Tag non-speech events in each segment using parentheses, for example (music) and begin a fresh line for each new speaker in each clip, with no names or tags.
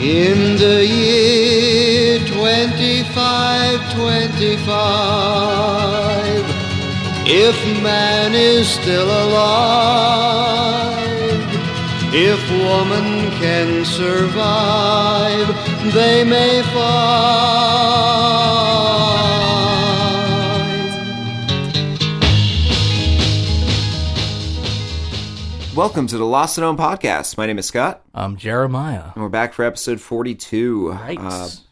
In the year 2525, if man is still alive, if woman can survive, they may find.
Welcome to the Lost and Own podcast. My name is Scott,
I'm Jeremiah.
and we're back for episode 42.
Right.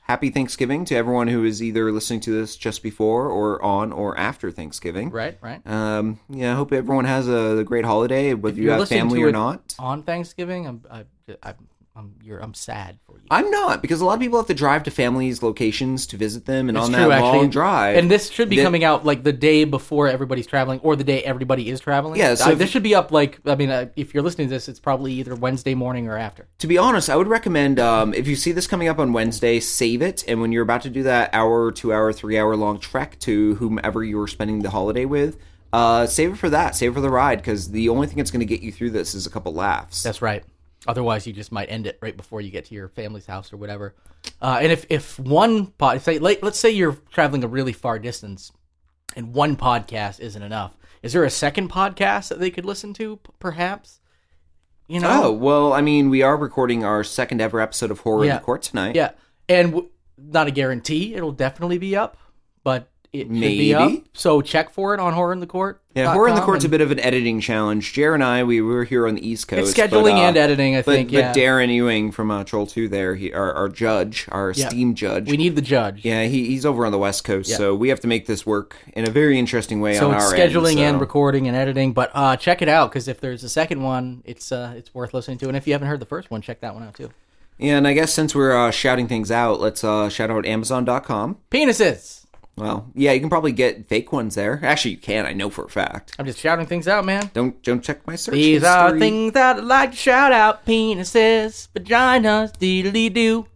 happy Thanksgiving to everyone who is either listening to this just before or on or after Thanksgiving.
Right, right.
Um, yeah, I hope everyone has a, great holiday, whether you
you're
have
listening
family
to
or
it-
not.
On Thanksgiving, I'm I, I, I'm you're, I'm sad for you.
I'm not, because a lot of people have to drive to families' locations to visit them, and
It's
on
true,
that
actually.
long drive.
and this should be
that-
coming out like the day before everybody's traveling, or the day everybody is traveling.
Yeah, so
I-
if-
this should be up. Like, I mean, uh, if you're listening to this, it's probably either Wednesday morning or after.
to be honest, I would recommend um, if you see this coming up on Wednesday, save it. And when you're about to do that hour, two hour, three hour long trek to whomever you're spending the holiday with, uh, save it for that. Save it for the ride because the only thing that's going to get you through this is a couple laughs.
That's right. Otherwise, you just might end it right before you get to your family's house or whatever. Uh, and if if one pod, if they, like, let's say you're traveling a really far distance, and one podcast isn't enough, is there a second podcast that they could listen to, p- perhaps? You know,
oh well, I mean, we are recording our second ever episode of Horror in
Yeah.
the Court tonight.
yeah, and w- not a guarantee. It'll definitely be up, but it should
Maybe.
be up. So check for it on Horror in the Court.
Yeah, Horror in the Court's a bit of an editing challenge. Jer and I, we were here on the East Coast.
It's scheduling
but, uh,
and editing. I
But,
think.
but
yeah,
Darren Ewing from uh, Troll Two, there, he, our, our judge, our
Yeah.
esteemed judge,
we need the judge.
Yeah, he, he's over on the West Coast,
Yeah.
so we have to make this work in a very interesting way
so
on
it's
our
scheduling
end, so-
and recording and editing but uh, check it out because if there's a second one it's uh, it's worth listening to and if you haven't heard the first one check that one out too
Yeah, and I guess since we're uh, shouting things out, let's uh, shout out Amazon.com.
penises
Well, yeah, you can probably get fake ones there. Actually, you can. I know for a fact.
i'm just shouting things out man
Don't don't check my search
these
history.
are things that i like to shout out penises vaginas deedly doo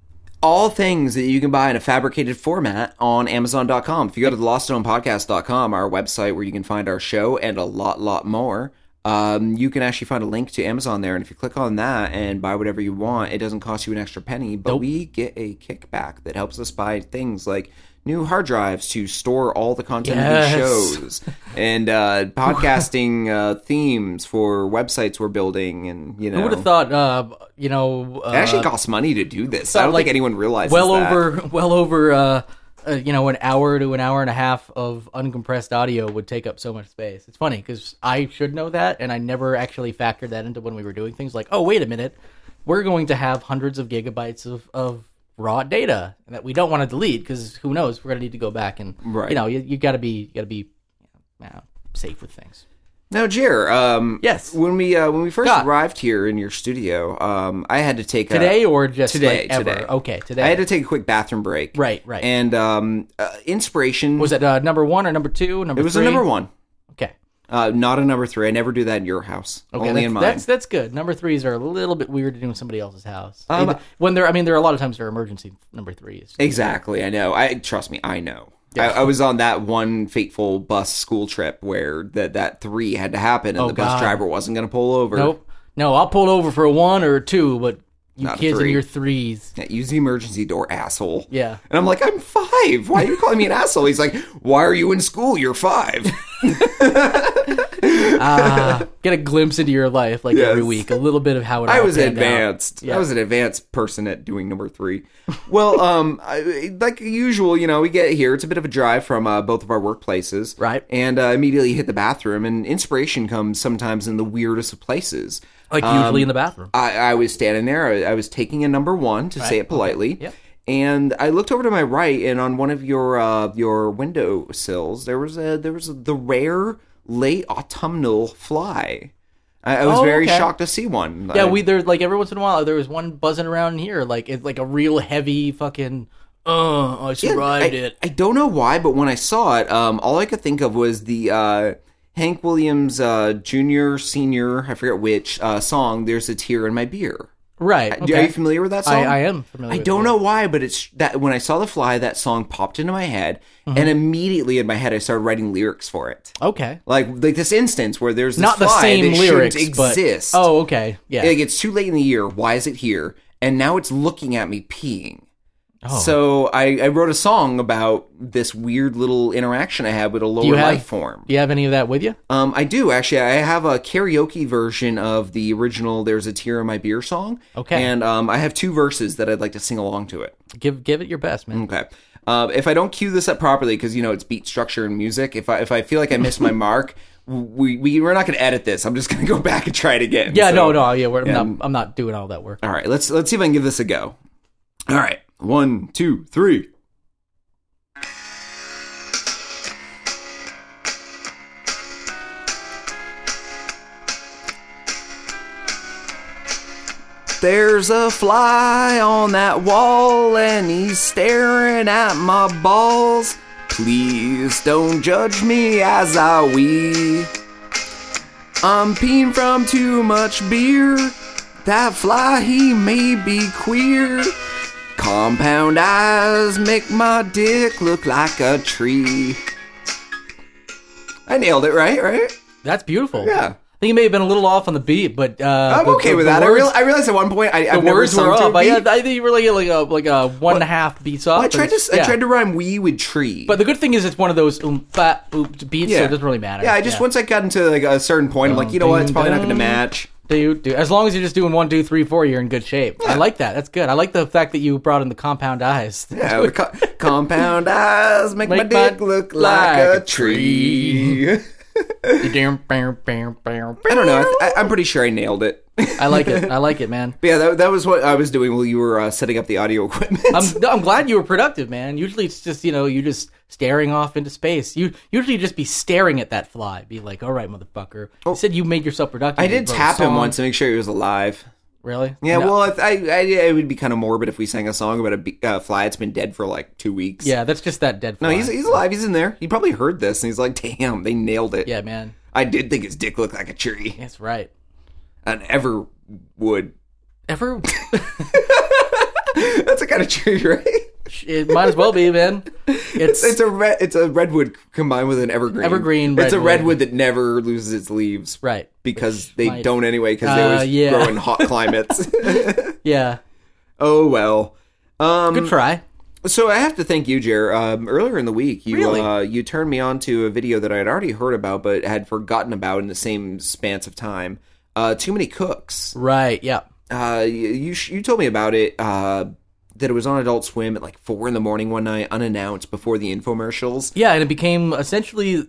All things that you can buy in a fabricated format on Amazon.com. If you go to the LostOnPodcast.com, our website where you can find our show and a lot, lot more. Um, you can actually find a link to Amazon there, and if you click on that and buy whatever you want, it doesn't cost you an extra penny. But we get a kickback that helps us buy things like new hard drives to store all the content
Yes.
of these
(laughs)
shows and uh, podcasting uh, themes for websites we're building, and you know,
who would have thought uh, you know uh,
it actually costs money to do this. I don't
like,
think anyone realizes
well
that.
over well over uh, uh, you know an hour to an hour and a half of uncompressed audio would take up so much space it's funny because i should know that and i never actually factored that into when we were doing things like oh wait a minute we're going to have hundreds of gigabytes of, of raw data that we don't want to delete because who knows we're going to need to go back and
Right.
you know you, you got to be you got to be you know, safe with things
Now, Jer, um,
Yes.
when we uh, when we first
Scott.
arrived here in your studio, um, I had to take a-
today or just
today,
like, ever
today.
okay today
I had to take a quick bathroom break.
Right, right.
And um, uh, inspiration
was it uh, number one or number two number
It was
three
a number one,
okay
uh, not a number three. I never do that in your house.
Okay,
only
that's,
in mine.
that's that's good. Number threes are a little bit weird to do in somebody else's house.
Um,
And when they're, I mean, there are a lot of times they're emergency number threes.
Exactly, I know. I trust me, I know. I, I was on that one fateful bus school trip where that that three had to happen, and the bus
Oh, God.
driver wasn't going to pull over.
Nope. No, I'll pull over for a one or a two, but you
Not a
kids
three.
and your
(laughs)
threes.
Yeah, Use the emergency door, asshole.
Yeah.
And I'm like, I'm five. Why are you calling me an asshole? He's like, Why are you in school? You're five.
Ah, get a glimpse into your life like every
Uh, Yes.
week, a little bit of how it.
I
all
was
panned out.
advanced. I was an advanced person at doing number three. Well, um, I, like usual, you know, we get here. It's a bit of a drive from uh, both of our workplaces,
Right.
And uh, immediately hit the bathroom, and inspiration comes sometimes in the weirdest of places.
Like usually
Um,
in the bathroom.
I, I was standing there. I, I was taking a number one to say it politely.
Yep.
And I looked over to my right, and on one of your uh, your window sills, there was a there was a, the rare late autumnal fly. I, I was
Oh,
very
okay.
shocked to see one.
Yeah,
I-
we there like every once in a while there was one buzzing around here, like it's like a real heavy fucking. Oh, I
Yeah, I,
survived it.
I don't know why, but when I saw it, um, all I could think of was the uh, Hank Williams uh, Junior, Senior, I forget which uh, song. There's a tear in my beer.
Right.
Are
Okay.
you familiar with that song?
I, I am familiar.
I
with
don't
it.
know why, but it's that when I saw the fly, that song popped into my head,
Mm-hmm.
and immediately in my head, I started writing lyrics for it.
Okay.
Like like this instance where there's this
Not the
fly
same
that
lyrics,
shouldn't
but
exist.
oh, okay, yeah.
like it's too late in the year. Why is it here? and now it's looking at me peeing.
Oh.
So I, I wrote a song about this weird little interaction I had with a lower
have-
life form.
Do you have any of that with you?
Um, I do actually. I have a karaoke version of the original "There's a Tear in My Beer" song.
Okay.
and um, I have two verses that I'd like to sing along to it.
Give give it your best, man.
Okay. Uh, if I don't cue this up properly, because you know it's beat structure and music, if I if I feel like I missed
(laughs)
my mark, we, we we're not going to edit this. I'm just going to go back and try it again.
Yeah,
So-
no, no, yeah, we're, I'm, not, I'm not doing all that work.
All right, let's let's see if I can give this a go. All right, one, two, three. There's a fly on that wall and he's staring at my balls. Please don't judge me as I wee. I'm peeing from too much beer. That fly, he may be queer. Compound eyes make my dick look like a tree. I nailed it, right? Right?
That's beautiful.
Yeah.
I think it may have been a little off on the beat, but uh,
I'm
the-
okay
the-
with
the
that. I,
words-
real, I realized at one point I,
the
I've never
words
sung
were
to a
up. I, uh,
beat.
I think you were like like a like a one and a half beats off.
I tried to I tried to rhyme wee with tree.
But the good thing is, it's one of those um fat oop beats, so it doesn't really matter.
Yeah, I just once I got into like a certain point, I'm like, you know what? It's probably not going to match.
do, do as long as you're just doing one, two, three, four, you're in good shape. I like that. That's good. I like the fact that you brought in the compound
(laughs)
eyes.
Yeah, the co- compound eyes make, my
Make my
dick look like,
like
a
a
tree.
I
I don't know. I th- I, I'm pretty sure I nailed it. (laughs) But
like it. I like it, man.
yeah, that, that was what I was doing while you were uh, setting up the audio (laughs) equipment.
I'm, no, I'm glad you were productive, man. Usually it's just you know you just staring off into space. You usually just be staring at that fly, be like, "All right, motherfucker." You said you made yourself productive.
Oh. I
You
did
wrote a
tap him
song.
once to make sure he was alive.
Really?
Yeah,
No.
well, I, I, I, it would be kind of morbid if we sang a song about a be- uh, fly that's been dead for like two weeks.
yeah, that's just that dead fly.
No, he's, he's alive. He's in there. He probably heard this and he's like, damn, they nailed it.
yeah, man.
I did think his dick looked like a tree.
That's right.
An ever would. (laughs)
Ever?
That's a kind of tree, (laughs) right?
(laughs) it might as well be, man.
(laughs)
It's,
It's a re- it's a redwood combined with an evergreen.
Evergreen
It's a redwood
redwood.
that never loses its leaves.
right.
because they
might-
don't anyway because they
Uh,
always
yeah.
grow in hot
(laughs)
climates. (laughs)
Yeah.
oh well. Um,
Good try.
so I have to thank you, Jer. Um, earlier in the week, you
Really?
uh, you turned me on to a video that I had already heard about but had forgotten about in the same spans of time. Uh, too many cooks.
Right. Yeah.
Uh, y- you sh- you told me about it. Uh, that it was on Adult Swim at like four in the morning one night, unannounced before the infomercials.
Yeah, and it became essentially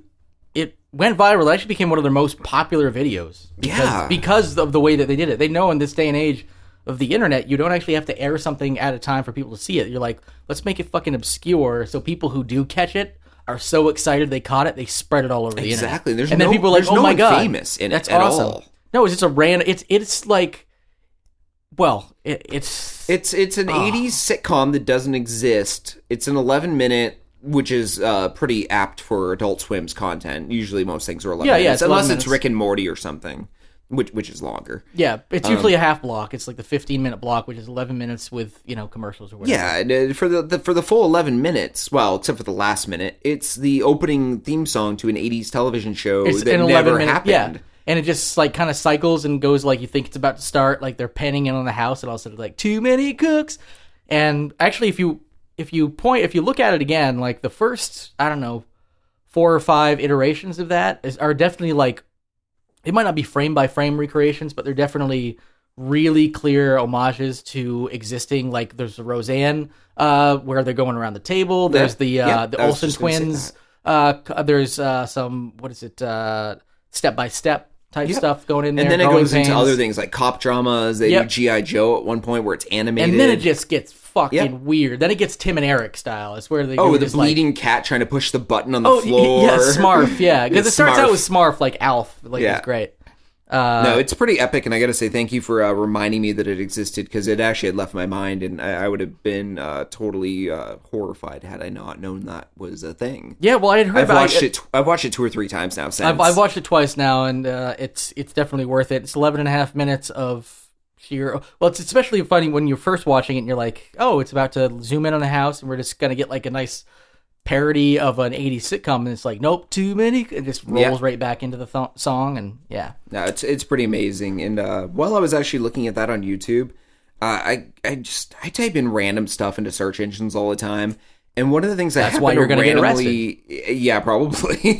it went viral. It actually became one of their most popular videos. Because,
Yeah.
Because of the way that they did it. They know in this day and age of the internet, you don't actually have to air something at a time for people to see it. You're like, let's make it fucking obscure so people who do catch it are so excited they caught it, they spread it all over the internet.
Exactly. There's
and
no-
then people are like,
there's
"Oh
no
my
one
god,
famous in it
that's
at
awesome."
all.
No, it's just a random. It's it's like, well, it, it's
It's it's an
Ah.
'80s sitcom that doesn't exist. It's an 11 minute, which is uh, pretty apt for Adult Swim's content. Usually, most things are 11
Yeah, yeah,
minutes,
it's 11
unless it's
minutes.
Rick and Morty or something, which which is longer.
yeah, it's
Um,
usually a half block. It's like the 15 minute block, which is 11 minutes with you know commercials or whatever.
Yeah, and, uh, for the, the for the full 11 minutes, well, except for the last minute, it's the opening theme song to an 80s television show
it's
that
an
never
11 minute
happened.
yeah and it just like kind of cycles and goes like you think it's about to start like they're panning in on the house and all of a sudden like too many cooks and actually if you if you point if you look at it again like the first i don't know four or five iterations of that is, are definitely like it might not be frame by frame recreations but they're definitely really clear homages to existing like there's the roseanne uh where they're going around the table there's the uh
yeah,
the
I was
olsen
just gonna say that.
twins uh, c- there's uh, some what is it uh, step by step type stuff going in there,
And then it
growing
goes into
pains.
other things like cop dramas. They
Yep.
do GI Joe at one point where it's animated.
and then it just gets fucking
Yep.
weird. Then it gets Tim and Eric style. It's where they
oh,
go
with the
just like-
bleeding cat trying to push the button on the
oh y-
floor.
yeah,
(laughs)
Smarf, yeah, because
Yeah,
it starts
Smarf.
out with Smarf like Alf, like
Yeah.
it's great. Uh,
No, it's pretty epic, and I got to say thank you for uh, reminding me that it existed because it actually had left my mind, and I, I would have been uh, totally uh, horrified had I not known that was a thing.
Yeah, well, I had heard
I've
about
watched it. Tw- I've watched it two or three times now. Since
I've, I've watched it twice now, and uh, it's it's definitely worth it. It's 11 and a half minutes of sheer. Well, it's especially funny when you're first watching it and you're like, oh, it's about to zoom in on the house, and we're just going to get like a nice parody of an 80s sitcom. And it's like, nope, too many. It just rolls
Yeah.
right back into the th- song, and yeah.
No, it's it's pretty amazing. And uh, while I was actually looking at that on YouTube, Uh, I I just I type in random stuff into search engines all the time, and one of the things that
That's why
happened
you're gonna get
randomly- yeah, probably. (laughs)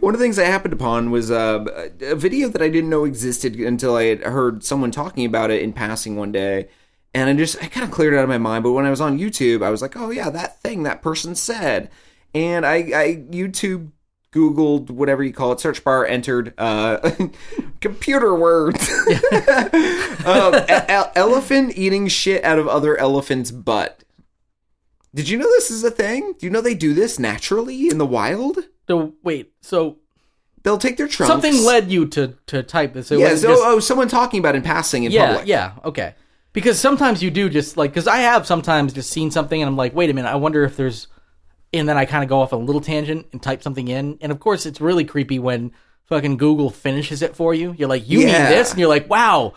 one of the things I happened upon was uh, a video that I didn't know existed until I had heard someone talking about it in passing one day, and I just I kind of cleared it out of my mind. But when I was on YouTube, I was like, oh yeah, that thing that person said, and I I YouTube Googled whatever you call it, search bar entered uh, (laughs) computer words. (laughs) um, e- e- elephant eating shit out of other elephants' butt. Did you know this is a thing? Do you know they do this naturally in the wild?
So wait, so
They'll take their trunks.
something led you to to type this. It
Yeah,
wasn't
so,
just-
oh, someone talking about it in passing in
yeah,
public.
yeah, okay. Because sometimes you do just like because I have sometimes just seen something and I'm like, wait a minute, I wonder if there's, and then I kind of go off a little tangent and type something in, and of course it's really creepy when fucking Google finishes it for you. You're like, you
Yeah.
mean this, and you're like, wow.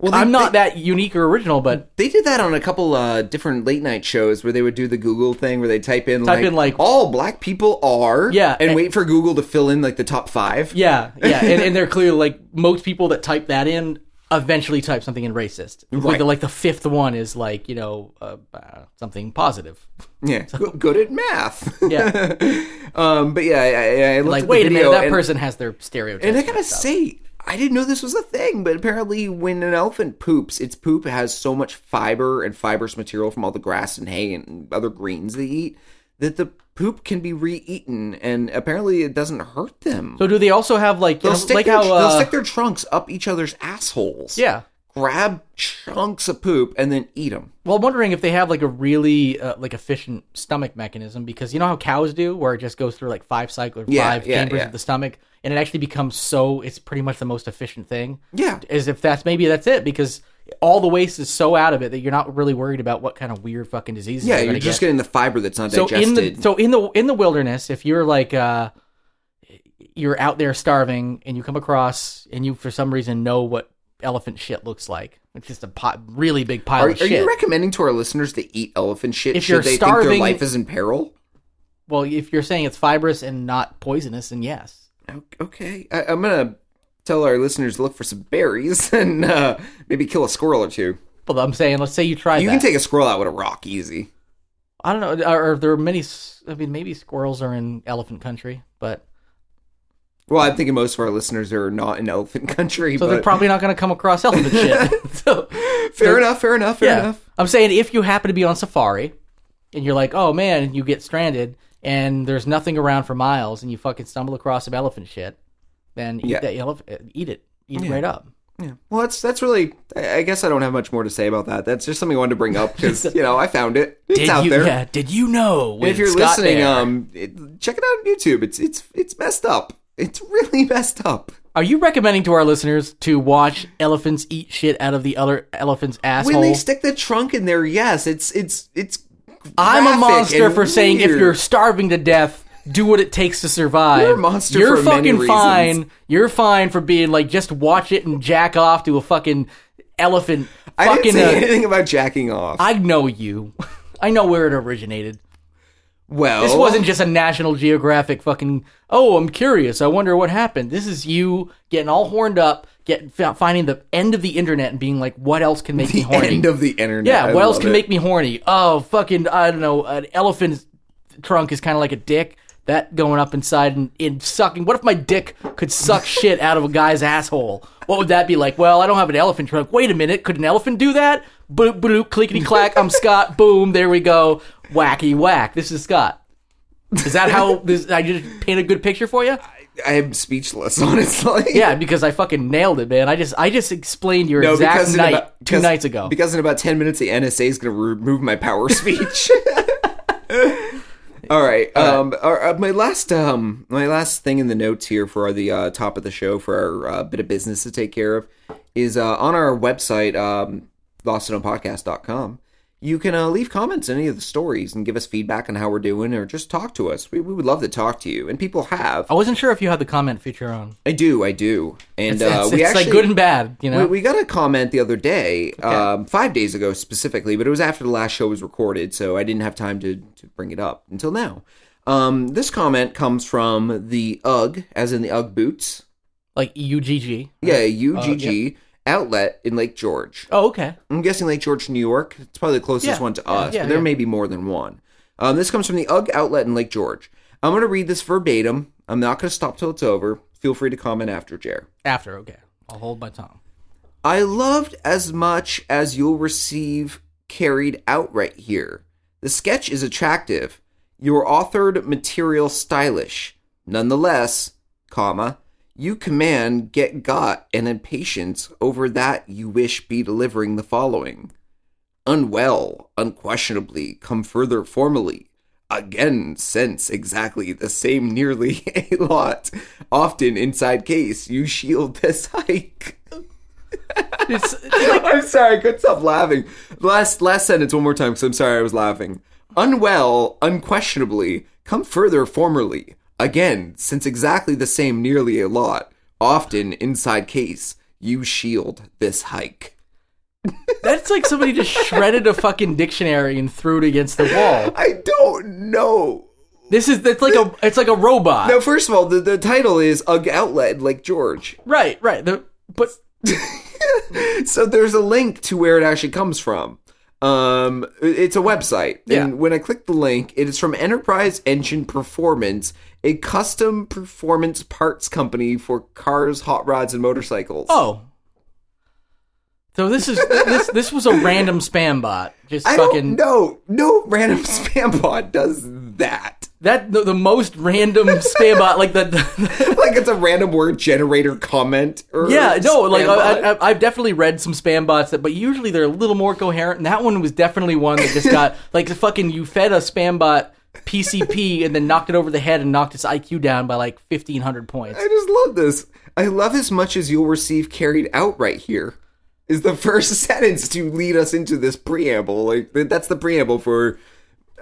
Well,
they-
I'm not
they-
that unique or original, but
They did that on a couple uh, different late night shows where they would do the Google thing where they type in,
Type
like,
in, like-
all black people are
Yeah,
and
and-
wait for Google to fill in like the top five.
yeah, yeah, and, and they're clearly like most people that type that in eventually type something in racist. Like, the, like the fifth one is like you know uh, uh, something positive.
Yeah, go- good at math.
Yeah.
(laughs) um, but yeah, I, I, I looked
Like
at the
wait a minute,
video
that
and-
person has their stereotype.
And I gotta say, I didn't know this was a thing, but apparently, when an elephant poops, its poop has so much fiber and fibrous material from all the grass and hay and other greens they eat that the poop can be re-eaten, and apparently, it doesn't hurt them.
So do they also have like you
they'll,
know,
stick
like
their,
how uh,
they'll stick their trunks up each other's assholes.
yeah?
grab chunks of poop and then eat them.
Well, I'm wondering if they have like a really uh, like efficient stomach mechanism because you know how cows do, where it just goes through like five cycles,
Yeah,
five
yeah,
chambers
yeah.
of the stomach, and it actually becomes so it's pretty much the most efficient thing.
Yeah,
As if that's maybe that's it because all the waste is so out of it that you're not really worried about what kind of weird fucking diseases.
yeah.
you're,
You're
gonna
just
get.
getting the fiber that's not
so in
digested.
the so in the in the wilderness, if you're like uh, you're out there starving and you come across and you for some reason know what elephant shit looks like, it's just a pot, really big pile
Are,
of
are
oh, shit.
you recommending to our listeners to eat elephant shit?
If
should
you're
they think
starving-
their life is in peril?
well, if you're saying it's fibrous and not poisonous, then yes.
O- Okay, I, I'm gonna tell our listeners to look for some berries (laughs) and uh, maybe kill a squirrel or two.
But I'm saying, let's say you try
you
that.
can take a squirrel out with a rock easy.
I don't know. Are, are there many? s- I mean, maybe squirrels are in elephant country, but
Well, I'm thinking most of our listeners are not in elephant (laughs) country,
so they're
but
probably not going to come across
(laughs)
elephant shit. (laughs) so
fair enough, fair enough, fair
yeah.
enough.
I'm saying if you happen to be on safari and you're like, oh man, and you get stranded and there's nothing around for miles and you fucking stumble across some elephant shit, then eat
Yeah.
that elephant, eat it, eat it right up.
Yeah. Well, that's that's really. I I guess I don't have much more to say about that. That's just something I wanted to bring
(laughs)
up because you know I found it. It's out
you?
there.
Yeah. Did you know?
And if you're
Scott
listening,
Baio?
um, it, check it out on YouTube. It's it's it's messed up. It's really (laughs) messed up.
Are you recommending to our listeners to watch elephants eat shit out of the other elephant's asshole?
When they stick the trunk in there, yes, it's it's it's.
I'm a
graphic
monster
and
for saying if
weird.
you're starving to death, do what it takes to survive.
You're a monster
You're
for many
fucking
reasons.
fine. You're fine for being like just watch it and jack off to a fucking elephant.
I
fucking
didn't say
uh,
anything about jacking off.
I know you. (laughs) I know where it originated.
well,
This wasn't just a National Geographic fucking. Oh, I'm curious. I wonder what happened. This is you getting all horned up, get f- finding the end of the internet and being like, what else can make me
the
horny?
end of the internet.
yeah,
I
what else
love
can
it.
make me horny? Oh, fucking, I don't know. An elephant's trunk is kind of like a dick. That going up inside and, and sucking. What if my dick could
(laughs)
suck shit out of a guy's asshole? What would that be like? Well, I don't have an elephant trunk. Wait a minute, could an elephant do that? Boop, boop, clickety
(laughs)
clack. I'm Scott. Boom, there we go. Wacky whack. This is Scott. Is that
(laughs)
how this? I just paint a good picture for you.
I am speechless, (laughs) honestly.
Yeah, because I fucking nailed it, man. I just I just explained your
No,
exact
because in
night
about-
two
because-
nights ago.
Because in about ten minutes, the NSA is going to remove my power
(laughs)
of speech. (laughs) All right. Um, our- uh, my last um, my last thing in the notes here for the uh, top of the show for our uh, bit of business to take care of is uh, on our website, um, lostanopodcast.com. You can uh, leave comments on any of the stories and give us feedback on how we're doing, or just talk to us. We, we would love to talk to you, and people have.
I wasn't sure if you had the comment feature on.
I do, I do, and
it's,
uh,
it's-
we
it's
actually
like good and bad, you know.
we, we got a comment the other day, um, five days ago specifically, but it was after the last show was recorded, so I didn't have time to, to bring it up until now. Um, this comment comes
E
from the UGG, as in the UGG boots.
like UGG.
Yeah, UGG outlet in Lake George.
Oh, okay.
I'm guessing Lake George, New York. It's probably the closest
Yeah.
one to
Yeah,
us,
yeah,
but there
yeah.
may be more than one. Um, this comes from the UGG outlet in Lake George. I'm going to read this verbatim. I'm not going to stop till it's over. Feel free to comment after, Jer.
After, okay. I'll hold my tongue.
I loved as much as you'll receive carried out right here. The sketch is attractive, your authored material stylish. Nonetheless, comma, you command get got and impatience over that you wish be delivering the following. Unwell, unquestionably, come further formally. Again, since exactly the same nearly (laughs) a lot. Often inside case, you shield (laughs) this hike.
It's,
(laughs) I'm sorry, I couldn't stop laughing. Last last sentence one more time because I'm sorry I was laughing. Unwell, unquestionably, come further formerly. Again, since exactly the same nearly a lot, often inside case, you shield this hike.
that's like somebody just shredded a fucking dictionary and threw it against the wall.
I don't know.
This is that's like a it's like a robot.
Now, first of all, the, the title is Ugg Outlet like George.
Right, right. The, but
so there's a link to where it actually comes from. Um, it's a website,
Yeah.
and when I click the link, it is from Enterprise Engine Performance, a custom performance parts company for cars, hot rods, and motorcycles.
oh. So this is this this was a random spam bot. Just
I
fucking
don't know. No random (laughs) spam bot does that. (laughs)
that the, the most random spam bot like the,
like it's a random word generator comment. Or
Yeah, no, like
spam bot.
I, I, I've definitely read some spam bots that, but usually they're a little more coherent. And that one was definitely one that
(laughs)
just got like the fucking you fed a spam bot PCP and then knocked it over the head and knocked its IQ down by like fifteen hundred points.
I just love this. I love as much as you'll receive carried out right here. Is the (laughs) first sentence to lead us into this preamble? Like th- that's the preamble for.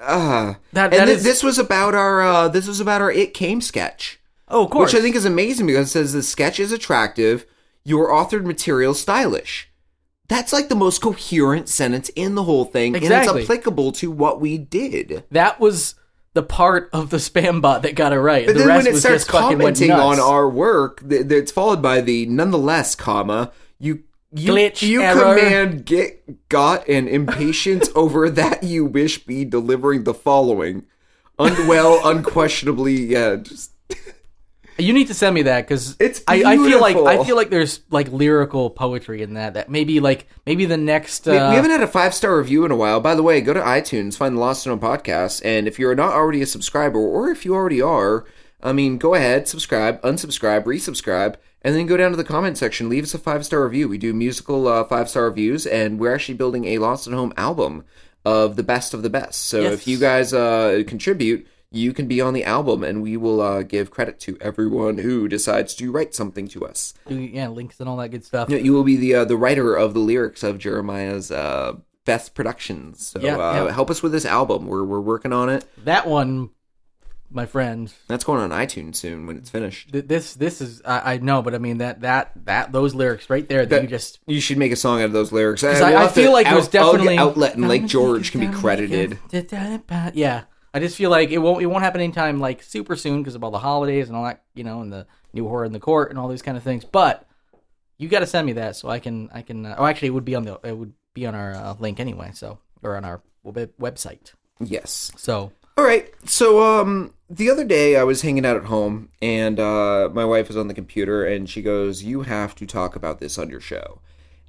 Uh,
That-
and
that
thi-
is-
this was about our uh, this was about our it came sketch,
Oh, of course.
which I think is amazing because it says the sketch is attractive, your authored material stylish. That's like the most coherent sentence in the whole thing, and
Exactly.
it's applicable to what we did.
that was the part of the spam bot that got it right.
But
the
then
rest
when it
was
starts
just fucking went
commenting on
nuts.
our work, th- th- it's followed by the nonetheless, comma you you,
Glitch,
you
error.
command get got and
(laughs)
impatience over that you wish be delivering the following unwell unquestionably yeah just
You need to send me that because
It's
I, I feel like I
beautiful.
feel like there's like lyrical poetry in that. That maybe like maybe the next. Uh,
we, we haven't had a five star review in a while. By the way, go to iTunes, find the Lost and Known podcast, and if you're not already a subscriber, or if you already are, I mean, go ahead, subscribe, unsubscribe, resubscribe, and then go down to the comment section, leave us a five star review. We do musical uh, five star reviews, and we're actually building a Lost and Home album of the best of the best. So
Yes.
if you guys uh, contribute. You can be on the album, and we will uh, give credit to everyone who decides to write something to us.
yeah, links and all that good stuff.
No, you will be the uh, the writer of the lyrics of Jeremiah's uh, Beth Productions. So
Yeah,
uh,
yeah.
help us with this album. We're we're working on it.
That one, my friend.
That's going on iTunes soon when it's finished.
Th- this this is I, I know, but I mean that that that those lyrics right there that, you just
You should make a song out of those lyrics. I,
I-
we'll
I
have
feel
to
like there's
out-
definitely-
outlet in Lake George can be credited.
Yeah, I just feel like it won't it won't happen anytime like super soon because of all the holidays and all that you know and the new horror in the court and all these kind of things. But you got to send me that so I can I can. Uh, oh, actually, it would be on the it would be on our uh, link anyway. So or on our web- website.
Yes.
So
All right. So um the other day I was hanging out at home and uh my wife was on the computer and she goes, "You have to talk about this on your show."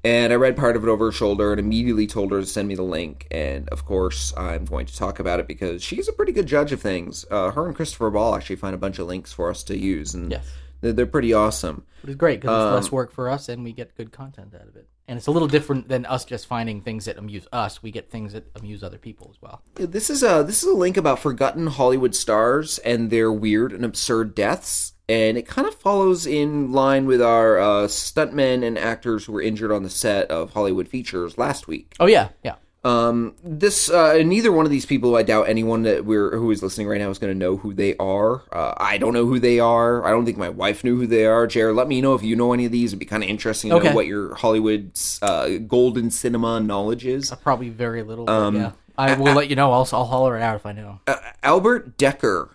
And I read part of it over her shoulder and immediately told her to send me the link. And of course, I'm going to talk about it because she's a pretty good judge of things. Uh, her and Christopher Ball actually find a bunch of links for us to use, and
Yes.
they're, they're pretty awesome.
But it's great because it's
Um,
less work for us, and we get good content out of it. And it's a little different than us just finding things that amuse us. We get things that amuse other people as well.
This is a this is a link about forgotten Hollywood stars and their weird and absurd deaths, and it kind of follows in line with our uh, stuntmen and actors who were injured on the set of Hollywood features last week.
Oh yeah, yeah.
Um, this uh, and neither one of these people, I doubt anyone that we're who is listening right now is going to know who they are. Uh, I don't know who they are. I don't think my wife knew who they are. Jared, let me know if you know any of these. It'd be kind of interesting to know
Okay.
what your Hollywood uh, golden cinema knowledge is.
Probably very little. but
Um,
yeah, I will let you know. I'll I'll holler it out if I know.
Uh, Albert Decker,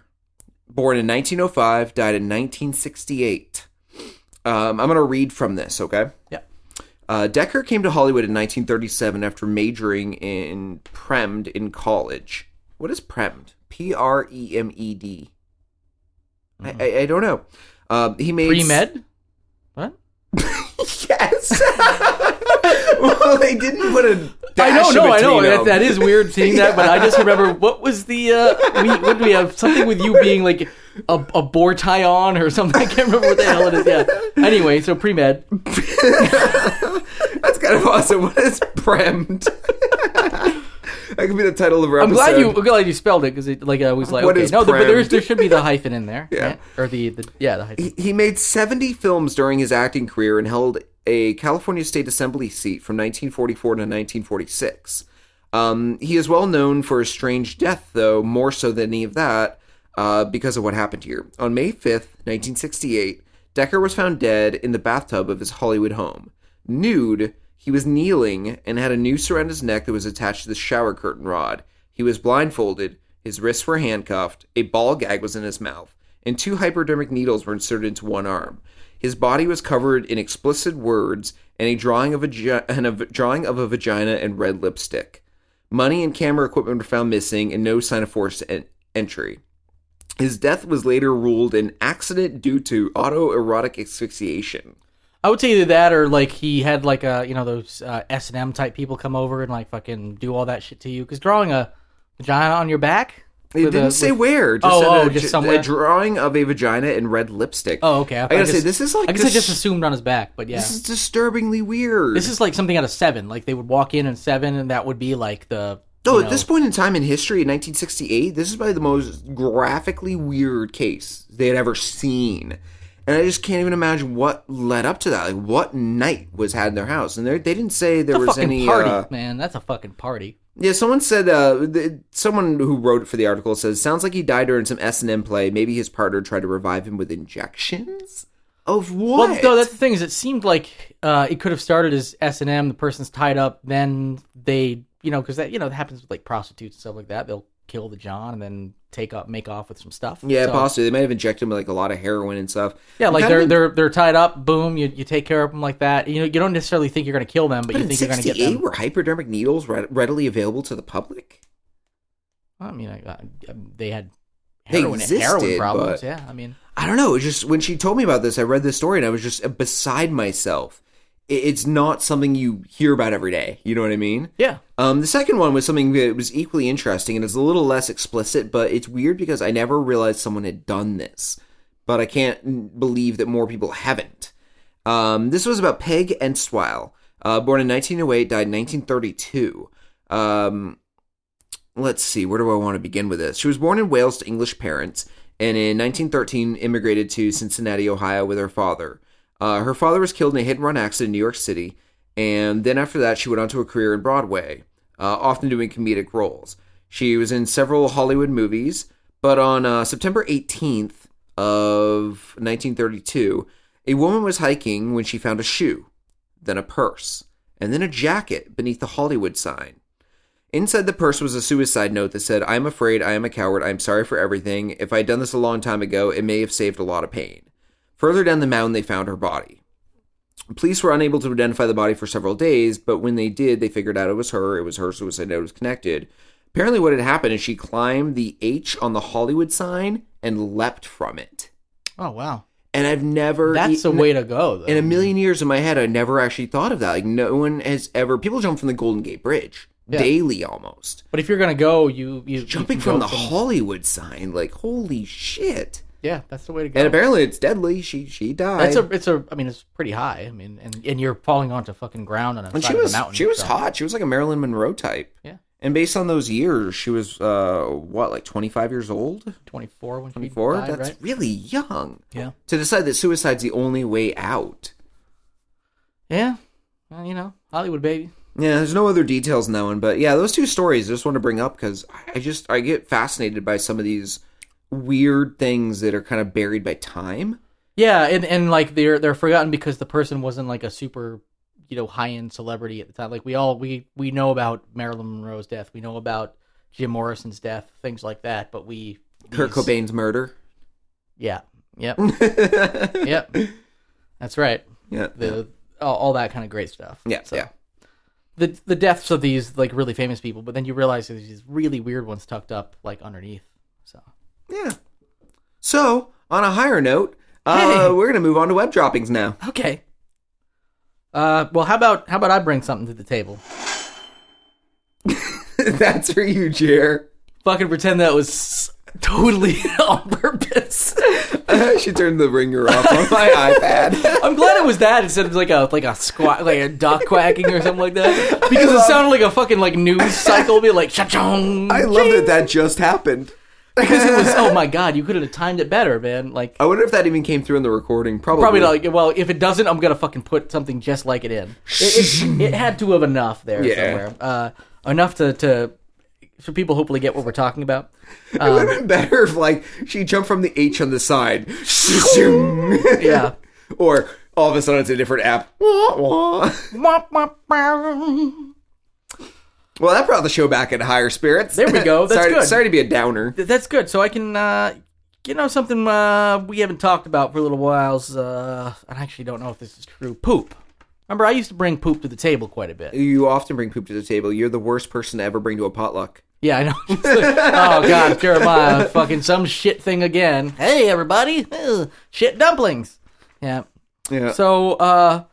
born in 1905, died in 1968. Um, I'm going to read from this, okay?
Yeah.
Uh, Decker came to Hollywood in 1937 after majoring in Premd in college. What is Premd? P R E M E D.
Mm-hmm.
I, I, I don't know. Um, he made
Pre med? What?
(laughs) Yes. (laughs) well, they didn't put a.
I
dash
know,
in
no, I know.
between
That,
them.
that is weird seeing that, but I
(laughs)
just remember what was the uh, we what do we have something with you being like a, a boar tie on or something. I can't remember what the hell it is. Yeah. Anyway, so pre med.
That's kind of awesome. What is Premd? (laughs) that could be the title of our
I'm
episode.
glad you I'm glad you spelled it because it like I was like
What
okay
is
no there- but there's
Premd?
there should be the hyphen in there
(laughs) Yeah.
or the, the yeah the hyphen
He- He made 70 films during his acting career and held a California State Assembly seat from 1944 to 1946. Um, he is well known for his strange death, though, more so than any of that, uh, because of what happened here. On May 5th, 1968, Decker was found dead in the bathtub of his Hollywood home. Nude, he was kneeling and had a noose around his neck that was attached to the shower curtain rod. He was blindfolded, his wrists were handcuffed, a ball gag was in his mouth, and two hypodermic needles were inserted into one arm. His body was covered in explicit words and a drawing of a, gi- and a v- drawing of a vagina and red lipstick. Money and camera equipment were found missing and no sign of forced en- entry. His death was later ruled an accident due to autoerotic asphyxiation.
I would say either that or like he had like a you know those uh, S and M type people come over and like fucking do all that shit to you because drawing a vagina on your back.
It
with a-
didn't say
with-
where. Just
Oh,
said
oh,
a,
just
ju-
somewhere?
a drawing of a vagina and red lipstick.
Oh, okay.
I gotta say,
just-
this is like
I guess I
dis-
just assumed on his back, but yeah,
This is disturbingly weird.
this is like something out of Seven. Like they would walk in in Seven, and that would be like the
No,
you
at
know-
this point in time in history, in 1968, this is probably the most graphically weird case they had ever seen. And I just can't even imagine what led up to that. Like, what night was had in their house? And there, they didn't say there
It's a
was
fucking
any.
party,
uh,
man. That's a fucking party.
yeah, someone said. Uh, th- someone who wrote for the article says, "Sounds like he died during some S and M play. Maybe his partner tried to revive him with injections of what?
Well, no, that's the thing is, it seemed like uh, it could have started as S and M. The person's tied up, then they, you know, because that, you know, it happens with like prostitutes and stuff like that. They'll kill the John and then take up, make off with some stuff.
yeah,
So-
possibly they might have injected him with like a lot of heroin and stuff.
Yeah, like
Kind of
they're
in-
they're they're tied up. Boom, you, you take care of them like that. You know, you don't necessarily think you're going to kill them, but,
But
you
in
think you're going to get
'68,
them.
were hypodermic needles re- readily available to the public?
I mean, I, I, um, they had
They
heroin, heroin
existed,
problems.
but-
Yeah, I mean,
I don't know. It was just when she told me about this, I read this story and I was just uh, beside myself. I- It's not something you hear about every day. You know what I mean?
yeah.
Um, the second one was something that was equally interesting and it's a little less explicit, but it's weird because I never realized someone had done this. But I can't believe that more people haven't. Um, this was about Peg Entwistle, uh, born in 1908, died in 1932. Um, let's see, where do I want to begin with this? She was born in Wales to English parents, and in 1913 immigrated to Cincinnati, Ohio, with her father. Uh, her father was killed in a hit-and-run accident in New York City, and then after that, she went on to a career in Broadway, uh, often doing comedic roles. She was in several Hollywood movies, but on uh, September 18th of 1932, a woman was hiking when she found a shoe, then a purse, and then a jacket beneath the Hollywood sign. Inside the purse was a suicide note that said, I am afraid, I am a coward, I am sorry for everything. If I had done this a long time ago, it may have saved a lot of pain. Further down the mountain, they found her body. Police were unable to identify the body for several days, but when they did, they figured out it was her. It was her suicide note was connected. Apparently, what had happened is she climbed the H on the Hollywood sign and leapt from it.
Oh wow,
And I've never. e-,
that's a
n-
way to go. Though.
In a million years in my head, I never actually thought of that. Like, no one has ever. People jump from the Golden Gate Bridge
Yeah.
daily almost
but if you're going to go, you you you
jumping
can go
from the Hollywood sign. Like, holy shit!
Yeah, that's the way to go.
And apparently, it's deadly. She she died.
That's a it's a I mean it's pretty high. I mean and, and you're falling onto fucking ground on a
and
side
she
of
was
a mountain.
she was
so-
hot. She was like a Marilyn Monroe type.
Yeah.
And based on those years, she was uh what like twenty five years old,
Twenty four when
twenty
she
four.
died,
That's
right?
really young.
Yeah.
To decide that suicide's the only way out.
Yeah. Well, you know, Hollywood baby.
Yeah, there's no other details in that one, but yeah, those two stories I just want to bring up because I just I get fascinated by some of these weird things that are kind of buried by time.
Yeah, and, and like they're they're forgotten because the person wasn't like a super you know, high end celebrity at the time. Like we all we we know about Marilyn Monroe's death, we know about Jim Morrison's death, things like that, but we
Kurt
these-
Cobain's murder. (laughs)
Yeah. Yep.
yeah. (laughs)
yep. That's right. The all, all that kind of great stuff.
Yeah,
So
yeah.
The the deaths of these like really famous people, but then you realize there's these really weird ones tucked up like underneath. So
Yeah. So, on a higher note, uh,
Hey.
we're going to move on to web droppings now. (laughs)
okay. Uh, well, how about how about I bring something to the table?
That's for you, Jer. (laughs)
Fucking pretend that was s- totally (laughs) on purpose.
she turned the ringer off on
(laughs)
my iPad.
I'm glad it was that instead of like a like a squat like a duck quacking or
(laughs)
something like that because it sounded like a fucking like news cycle be like cha chong.
I love that that just happened.
because it was oh my god you could have timed it better man like
I wonder if that even came through in the recording. Probably.
probably not like well if it doesn't I'm gonna fucking put something just like it in
(laughs)
it, it, it had to have enough there
Yeah.
somewhere uh, enough to to so people hopefully get what we're talking about
It would
Um.
have been better if, like, she jumped from the H on the side. (laughs) yeah. Or all of a sudden it's a different app. (laughs) Wah, wah. Well, that brought the show back in higher spirits.
There we
(laughs)
go. That's
sorry,
good.
Sorry to be a downer.
Th- that's good so I can uh, you know something uh, we haven't talked about for a little while is, uh, I actually don't know if this is true poop remember I used to bring poop to the table quite a bit
You often bring poop to the table. You're the worst person to ever bring to a potluck.
Yeah, I know. (laughs) oh God, Jeremiah, fucking some shit thing again. Hey, everybody, Ugh, shit dumplings. Yeah.
Yeah.
So uh,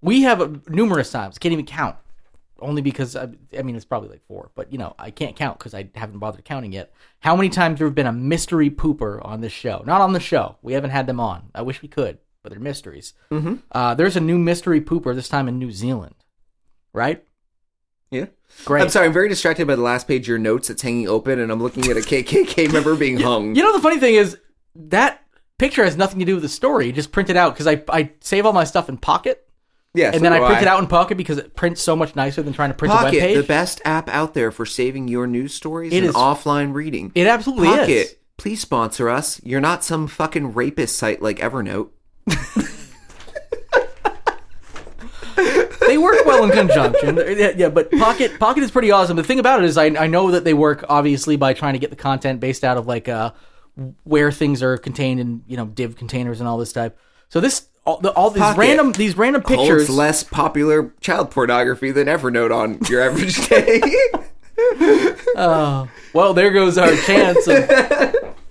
we have uh, numerous times. Can't even count. Only because I, I mean it's probably like four, but you know I can't count because I haven't bothered counting yet. How many times there have been a mystery pooper on this show? Not on the show. We haven't had them on. I wish we could, but they're mysteries. Mm-hmm. Uh, there's a new mystery pooper this time in New Zealand, right?
yeah.
Great.
I'm sorry, I'm very distracted by the last page of your notes that's hanging open, and I'm looking at a
(laughs)
KKK member being hung.
You know the funny thing is that picture has nothing to do with the story. You just print it out because I I save all my stuff in Pocket
yeah,
and then I print it out in Pocket because it prints so much nicer than trying to print a web
Pocket, the
page.
best app out there for saving your news stories
It
and
is-
offline reading.
it absolutely
Pocket, (laughs)
is.
please sponsor us. You're not some fucking rapist site like Evernote.
They work well in conjunction. (laughs) Yeah, yeah, but Pocket Pocket is pretty awesome. The thing about it is I I know that they work obviously by trying to get the content based out of like uh where things are contained in you know div containers and all this type. So this all, the, all these
Pocket
random these random
Holds
pictures
less popular child pornography than Evernote on your average
(laughs)
day.
Well, there goes
(laughs)
our chance. Of,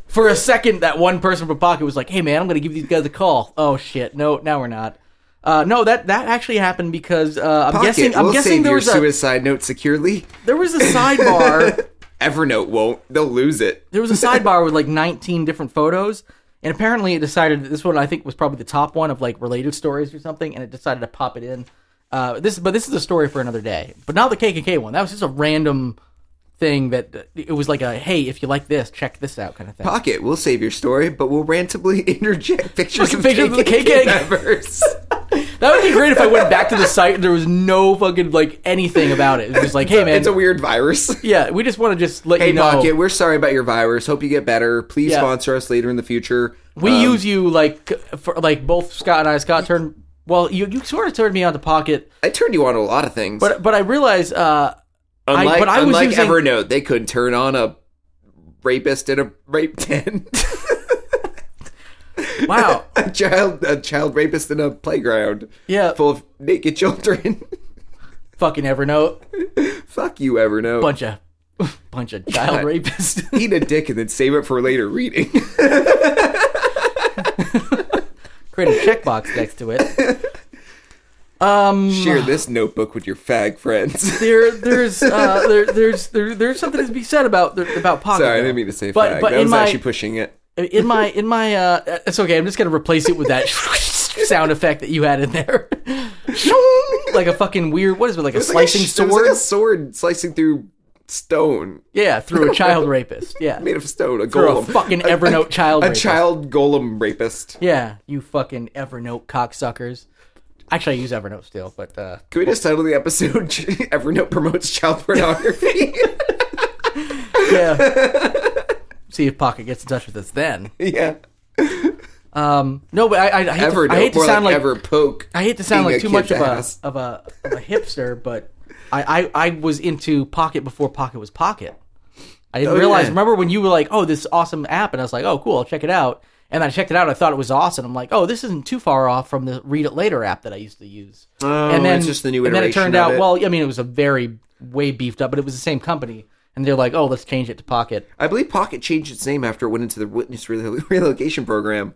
for a second, that one person from Pocket was like, "Hey, man, I'm going to give these guys a call." Oh shit! No, now we're not. Uh, no, that that actually happened because uh, I'm
Pocket,
guessing I'm
we'll
guessing
save
there
your
was a
suicide note securely.
there was
(laughs)
a sidebar (laughs)
Evernote won't. They'll lose it.
there was a sidebar with like 19 different photos, and apparently it decided that this one I think was probably the top one of like related stories or something, and it decided to pop it in. Uh, this but this is a story for another day. But not the KKK one. That was just a random thing that uh, it was like a hey, if you like this, check this out kind of thing.
Pocket, we'll save your story, but we'll randomly (laughs) interject pictures
Fucking
of
pictures of the
KKK
KKK. (laughs)
members.
That would be great if I went back to the site and there was no fucking like anything about it. It was just like, hey man,
it's a weird
(laughs)
virus.
yeah, we just want to just let
Hey,
you know
Pocket, we're sorry about your virus. Hope you get better. Please
Yeah.
sponsor us later in the future.
we
Um,
use you like for like both Scott and I. Scott turned well, you you sort of turned me on to Pocket,
I turned you on to a lot of things,
but but I realized uh,
unlike,
I, but I was
unlike
using
Evernote, they could turn on a rapist in a rape den, (laughs)
wow,
a child, a child rapist in a playground,
Yeah.
full of naked children. (laughs)
fucking Evernote,
Fuck you, Evernote.
bunch of (laughs) bunch of child
God.
rapists.
(laughs)
(laughs)
Eat a dick and then save it for later reading.
Create a checkbox next
(laughs)
to it. Um,
Share this notebook with your fag friends.
there, there's, uh, there, there's, there, there's something to be said about about Pocket.
Sorry, I
though.
didn't mean to say
But-
fag.
but
that
in
was
my-
actually pushing it.
in my in my uh it's okay i'm just gonna replace it with that (laughs) sound effect that you had in there (laughs) like a fucking weird what is it like a
It's like a
slicing
sh- it was
sword
like a sword slicing through stone,
yeah through a
(laughs)
child rapist yeah
made of stone, (laughs) a
through
golem,
a fucking evernote child
a
rapist.
child golem rapist.
yeah you fucking evernote cocksuckers actually i use evernote still but uh
Can we just title the episode (laughs) Evernote promotes
(laughs)
child pornography? (laughs)
yeah see if pocket gets in touch with us then
yeah.
um no but i i, I hate,
Evernote
to, I hate to
more
sound
like,
like,
ever poke.
I hate to sound
being
like
a
too much
kid's
of a,
ass.
of a of a hipster, but I, I I was into Pocket before Pocket was Pocket. I didn't
Oh,
realize.
yeah.
Remember when you were like, "Oh, this awesome app," and I was like, "Oh, cool, I'll check it out." And I checked it out. I thought it was awesome. I'm like, oh, this isn't too far off from the Read It Later app that I used to use.
Oh,
and then
it's just the new
and then it
iteration
turned
of
out,
it.
well, I mean, it was a very way beefed up, but it was the same company. And they're like, oh, let's change it to Pocket.
I believe Pocket changed its name after it went into the witness rel- (laughs) relocation program.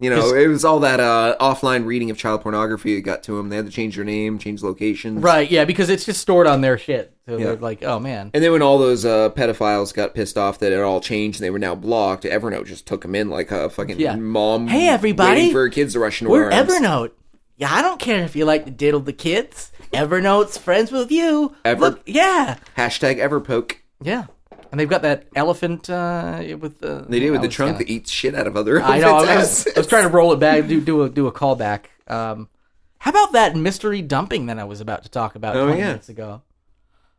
You know, it was all that uh, offline reading of child pornography that got to them. They had to change their name, change locations.
Right, yeah, because it's just stored on their shit. So
Yeah.
they're like, oh man.
And then when all those uh, pedophiles got pissed off that it all changed and they were now blocked, Evernote just took them in like a fucking
Yeah.
mom.
Hey, everybody.
waiting for her kids to rush into
We're
her arms.
Evernote. Yeah, I don't care if you like to diddle the kids. Evernote's friends with you.
Ever-
Look, yeah,
Hashtag Everpoke.
yeah. And they've got that elephant uh, with the.
They do with
I
the
was
trunk
kinda-
that eats shit out of other.
I know. I
elephants'
was, I was trying to roll it back, do do a do a callback. Um, how about that mystery dumping that I was about to talk about
Oh,
20
yeah.
minutes ago?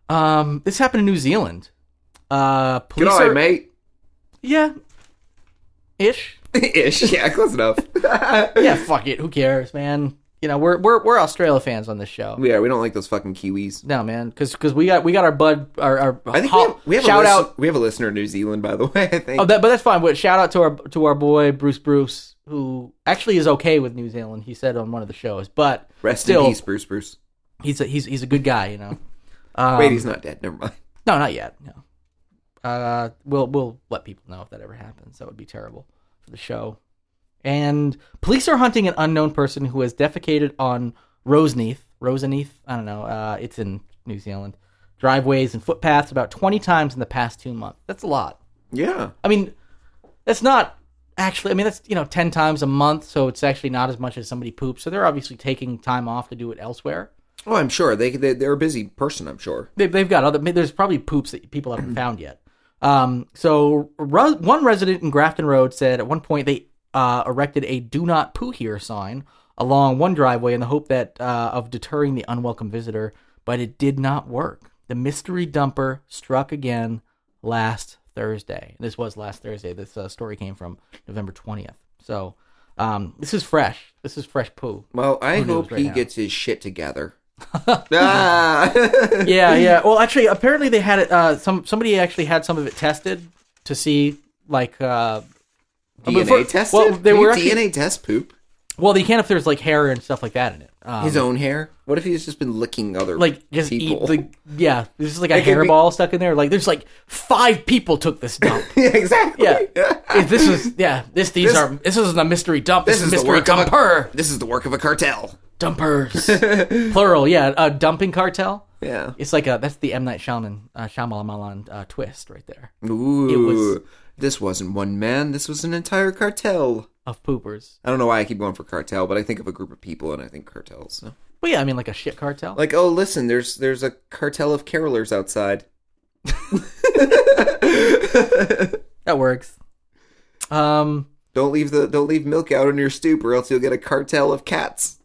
Um, this happened in New Zealand.
(laughs)
Uh,
Good
police
eye,
are-
mate. (laughs)
Yeah, ish.
Ish. Yeah, close enough. (laughs)
yeah, fuck it. Who cares, man? You know, we're we're we're Australia fans on this show.
yeah, we don't like those fucking Kiwis.
No, man, because we got we got our bud our our
I think we
ho-
have, we have
shout
a listen-
out.
We have a listener in New Zealand, by the way. I think.
Oh, that, but that's fine. But shout out to our to our boy Bruce Bruce, who actually is okay with New Zealand. He said on one of the shows, but
Rest
still,
in peace, Bruce. Bruce.
he's a, he's he's a good guy, you know. Um,
Wait, he's not dead. Never mind.
No, not yet. No. Uh, we'll we'll let people know if that ever happens. That would be terrible for the show. And police are hunting an unknown person who has defecated on Roseneath. Roseneath, I don't know. Uh, it's in New Zealand. Driveways and footpaths about twenty times in the past two months. That's a lot.
Yeah.
I mean, that's not actually. I mean, that's you know ten times a month, so it's actually not as much as somebody poops. So they're obviously taking time off to do it elsewhere.
Oh, I'm sure they, they they're a busy person. I'm sure.
they've, they've got other. There's probably poops that people haven't found yet. Um, so ru- one resident in Grafton Road said at one point they uh, erected a "Do Not Poo Here" sign along one driveway in the hope that uh, of deterring the unwelcome visitor, but it did not work. The mystery dumper struck again last Thursday. This was last Thursday. This uh, story came from November twentieth. So um, this is fresh. This is fresh poo.
Well, I
knows
hope
right
he
now?
gets his shit
(laughs)
together. (laughs) ah! (laughs)
yeah, yeah. Well, actually, apparently they had it. Uh, some somebody actually had some of it tested to see, like, uh,
DNA
before-
tested.
Well, they
Can you
were actually-
DNA test poop.
well, they can't if there's like hair and stuff like that in it. Um,
His own hair. What if he's just been licking other
like just
people?
eat the yeah. There's just like a
It could be-
hairball stuck in there. Like there's like five people took this
(laughs)
dump.
(laughs) yeah, exactly.
Yeah, If this is yeah. This these
This-
are this isn't a mystery dump. This,
This
is
is the
mystery
work of a-
dumper
This is the work of a cartel. (laughs)
dumpers plural. Yeah, a dumping cartel.
Yeah.
It's like a that's the M Night Shyamalan uh, Shyamalan uh, twist right there
Ooh.
was-
This wasn't one man. This was an entire cartel.
of poopers.
I don't know why I keep going for cartel, but I think of a group of people and I think cartels. So.
Well, yeah, I mean like a shit cartel.
Like, oh, listen, there's there's a cartel of carolers outside.
That works. Um.
Don't leave the don't leave milk out in your stoop, or else you'll get a cartel of cats.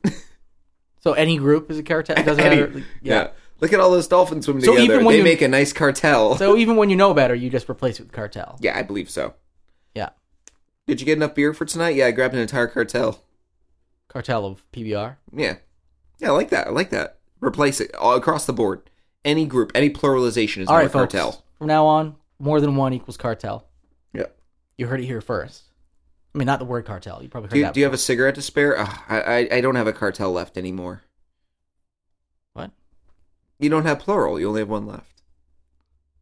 So any group is a cartel. It doesn't
Any-
matter. like, yeah.
Look at all those dolphins swimming
So
together.
even when
they
you-
make a nice cartel.
So even when you know better, you just replace it with cartel.
(laughs) yeah, I believe so.
Yeah.
Did you get enough beer for tonight? Yeah, I grabbed an entire cartel.
Cartel of PBR.
Yeah, yeah, I like that. I like that. Replace it all across the board. Any group, any pluralization is
All
not
right,
a cartel.
folks. From now on, more than one equals cartel.
Yeah.
You heard it here first. I mean, not the word cartel. You probably heard
Do you,
that.
do you have a cigarette to spare? Ugh, I, I I don't have a cartel left anymore.
what?
You don't have plural. You only have one left.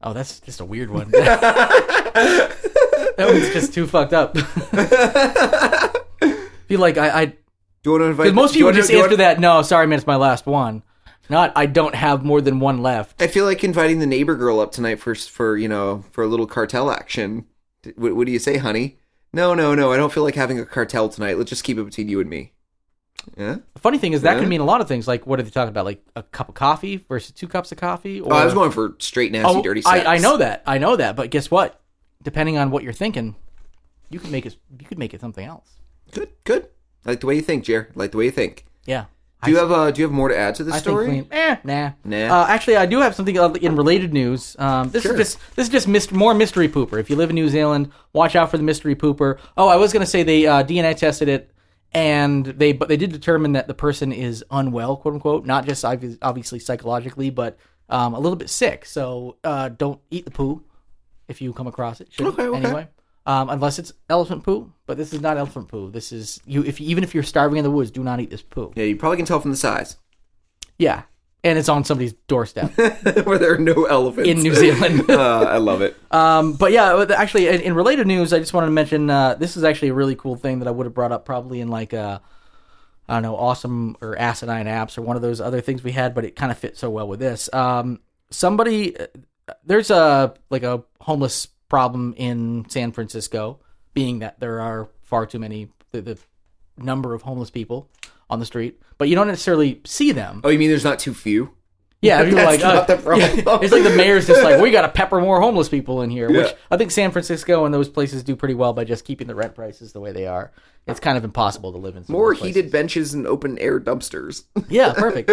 Oh, that's just a
(laughs)
weird one. that one's just too
(laughs)
fucked up. Be like, I, I
Do you want to invite?
because most
do you
people
wanna-
just
do you wanna-
answer that. No, sorry, man, it's my last one. Not, I don't have more than one left.
I feel like inviting the neighbor girl up tonight for for you know for a little cartel action. D- What, what do you say, honey? No, no, no. I don't feel like having a cartel tonight. Let's just keep it between you and me. Yeah.
The funny thing is that
Yeah.
can mean a lot of things. Like, what are they talking about? Like a cup of coffee versus two cups of coffee? Or Oh,
Oh, I was going for straight nasty, dirty sex.
I, I know that. I know that. But guess what? Depending on what you're thinking, you could make it. You could make it something else.
Good, good. I like the way you think, Jer. I like the way you think.
Yeah.
Do you have uh, Do you have more to add to this
I
story?
think clean. Eh, nah.
Nah.
Uh, actually, I do have something uh, in related news. Um, this
Sure.
is just this is just mist- more mystery pooper. If you live in New Zealand, watch out for the mystery pooper. Oh, I was gonna say they uh, DNA tested it, and they but they did determine that the person is unwell, quote unquote, not just obvi- obviously psychologically, but um, a little bit sick. So uh, don't eat the poo if you come across it. Shouldn't,
Okay, okay.
Anyway, um, unless it's elephant poo. But this is not elephant poo. This is you. If even if you're starving in the woods, do not eat this poo.
Yeah, you probably can tell from the size (laughs)
Yeah, and it's on somebody's doorstep
where there are no elephants
in New Zealand.
(laughs) Uh, I love it.
(laughs) Um, but yeah, but actually, in, in related news, I just wanted to mention uh, this is actually a really cool thing that I would have brought up probably in like I I don't know, awesome or acidine apps or one of those other things we had, but it kind of fit so well with this. Um, somebody, uh, there's a like a homeless problem in San Francisco, being that there are far too many the, the number of homeless people on the street, but you don't necessarily see them.
oh, you mean there's not too few? (laughs)
Yeah, people are like,
not the
uh,
problem.
(laughs) yeah. it's like the mayor's just like, we got to pepper more homeless people in here, which I think San Francisco and those places do pretty well by just keeping the rent prices the way they are. It's kind of impossible to live in some of
More
those places.
heated benches and open air dumpsters.
Yeah, perfect.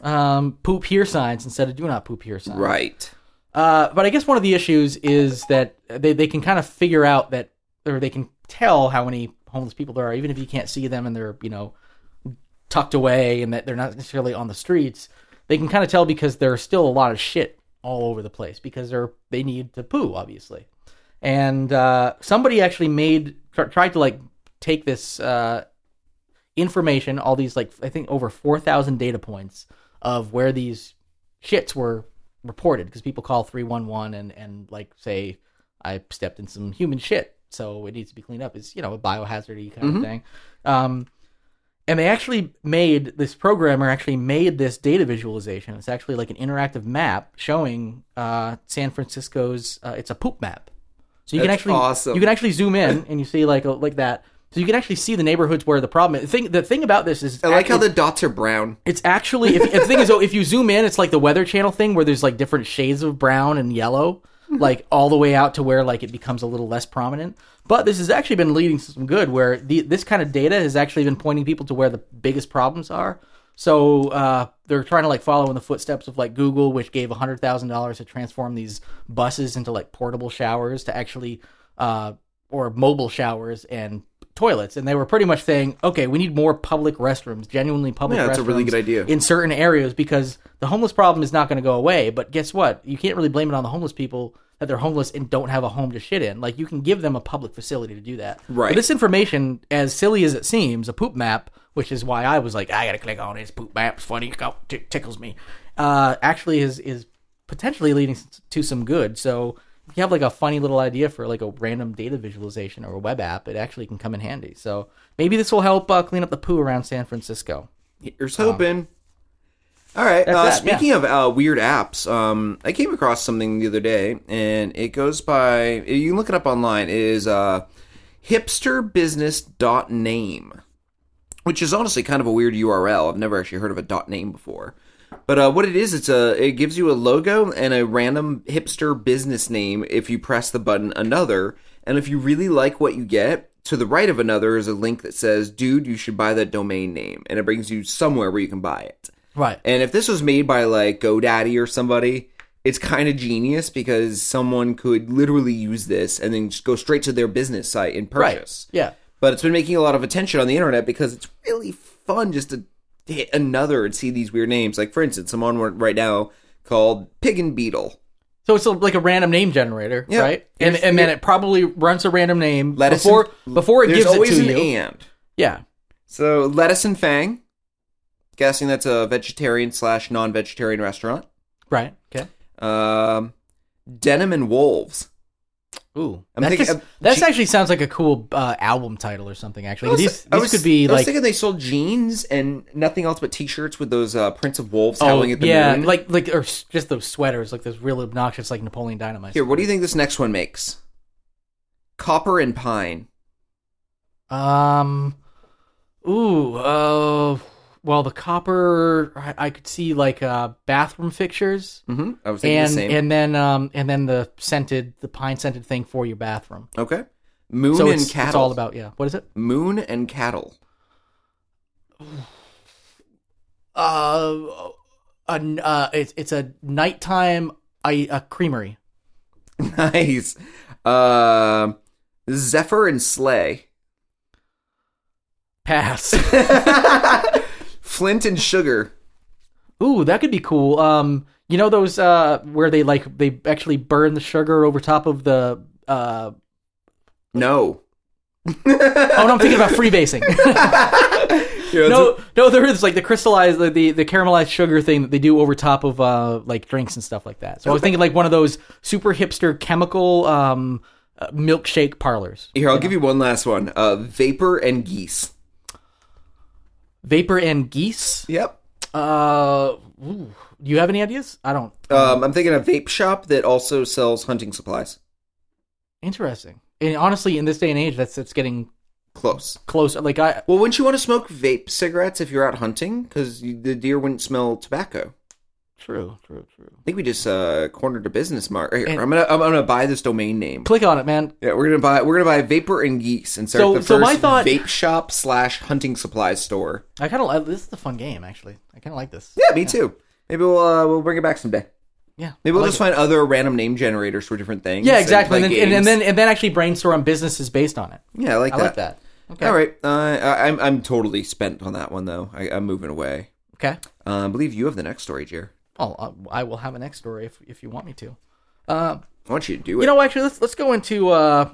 um, poop here signs instead of do not poop here signs.
right.
Uh, but I guess one of the issues is that they, they can kind of figure out that, or they can tell how many homeless people there are, even if you can't see them and they're, you know, tucked away and that they're not necessarily on the streets. They can kind of tell because there's still a lot of shit all over the place because they're, they need to poo, obviously. And uh, somebody actually made, tr- tried to like take this uh, information, all these like, I think over 4,000 data points of where these shits were reported because people call 311 and and like say i stepped in some human shit so it needs to be cleaned up it's you know a biohazardy kind
Mm-hmm.
of thing um and they actually made this programmer actually made this data visualization it's actually like an interactive map showing uh san francisco's uh, it's a poop map so you can
That's
actually
awesome.
you can actually zoom in and you see like a, like that so you can actually see the neighborhoods where the problem is. The thing, the thing about this is
I like how the dots are brown.
it's actually if, if the thing is though, if you zoom in, it's like the Weather Channel thing where there's like different shades of brown and yellow, like all the way out to where like it becomes a little less prominent. But this has actually been leading to some good, where the, this kind of data has actually been pointing people to where the biggest problems are. So uh, they're trying to like follow in the footsteps of like Google, which gave hundred thousand dollars to transform these buses into like portable showers to actually uh, or mobile showers and toilets and they were pretty much saying okay we need more public restrooms genuinely public
Yeah, that's a really
restrooms
good idea.
in certain areas because the homeless problem is not going to go away. But guess what? You can't really blame it on the homeless people that they're homeless and don't have a home to shit in. Like you can give them a public facility to do that.
Right.
But this information, as silly as it seems, a poop map, which is why I was like, I gotta click on this poop map. It's funny, go- tick- tickles me. Uh, actually, is is potentially leading s- to some good. So. If you have like a funny little idea for like a random data visualization or a web app, it actually can come in handy. So maybe this will help uh, clean up the poo around San Francisco.
Here's hoping. All right. Uh,
that,
speaking of uh, weird apps, um, I came across something the other day, and it goes by. You can look it up online. It is uh, hipsterbusiness.name, which is honestly kind of a weird URL. I've never actually heard of a dot .name before. But uh, what it is, it's a it gives you a logo and a random hipster business name if you press the button another, and if you really like what you get, to the right of another is a link that says, "Dude, you should buy that domain name," and it brings you somewhere where you can buy it.
Right.
And if this was made by like GoDaddy or somebody, it's kind of genius because someone could literally use this and then just go straight to their business site and purchase.
Yeah.
But it's been making a lot of attention on the internet because it's really fun just to hit another and see these weird names. Like for instance, I'm on one right now called Pig and Beetle.
So it's like a random name generator,
Yeah.
right? And
Here's-
and then it probably runs a random name
Lettuce
before
and-
before it
There's
gives it
always
to
an
you.
and.
Yeah.
So lettuce and fang. Guessing that's a vegetarian slash non-vegetarian restaurant.
Right. Okay.
Um, denim and wolves.
Ooh.
I'm
that
thinking
just-
of-
that's
Gee-
actually sounds like a cool uh, album title or something. Actually,
I was-
these
I
these
was-
could be
I was
like
thinking they sold jeans and nothing else but T-shirts with those uh, Prince of Wolves
oh
howling at the
yeah,
moon.
like like or s- just those sweaters, like those real obnoxious like Napoleon Dynamite.
Here, what do you think this next one makes? Copper and pine.
Um. Ooh. Uh. Well, the copper. I, I could see like uh bathroom fixtures.
Mm-hmm. I was thinking
And
the same.
and then um and then the scented the pine scented thing for your bathroom.
okay. Moon
so
and
it's,
cattle.
it's all about yeah. What is it?
moon and cattle. (laughs)
Uh, a n uh, it's it's a nighttime I a creamery.
nice. Um Zephyr and sleigh. (laughs)
(laughs) Pass.
Flint and sugar.
Ooh, that could be cool. Um, you know those uh where they like they actually burn the sugar over top of the uh
No.
Oh, no, I'm thinking about freebasing. no, no, there is like the crystallized, the, the the caramelized sugar thing that they do over top of uh like drinks and stuff like that. So I was thinking like one of those super hipster chemical um uh, milkshake parlors.
Here, I'll give you one last one. Uh, vapor and geese.
Vapor and geese.
Yep.
Uh, ooh. do you have any ideas? I don't.
Um, I'm thinking a vape shop that also sells hunting supplies.
Interesting. And honestly, in this day and age, that's that's getting
Close.
close. Like I,
Well, wouldn't you want to smoke vape cigarettes if you're out hunting? Because the deer wouldn't smell tobacco.
true, true, true.
I think we just uh, cornered a business mark. Here,
And-
I'm gonna I'm gonna buy this domain name.
Click on it, man.
Yeah, we're gonna buy we're gonna buy vapor and geese and start
So-
the first
so my thought-
vape shop slash hunting supplies store.
I kind of this is a fun game actually. I kind of like this.
Yeah, me too. Maybe we'll uh, we'll bring it back someday.
Yeah,
Maybe
I
we'll
like
just find other random name generators for different things.
Yeah,
and
exactly.
play
And, then, and, and
games.
then and then actually brainstorm businesses based on it.
yeah, I like
I
that.
like that. Okay.
All right, uh, I, I'm I'm totally spent on that one though. I, I'm moving away.
Okay.
Uh, I believe you have the next story, Jer.
Oh, uh, I will have an next story if if you want me to. Uh,
I want you to do it.
you know, actually, let's let's go into uh,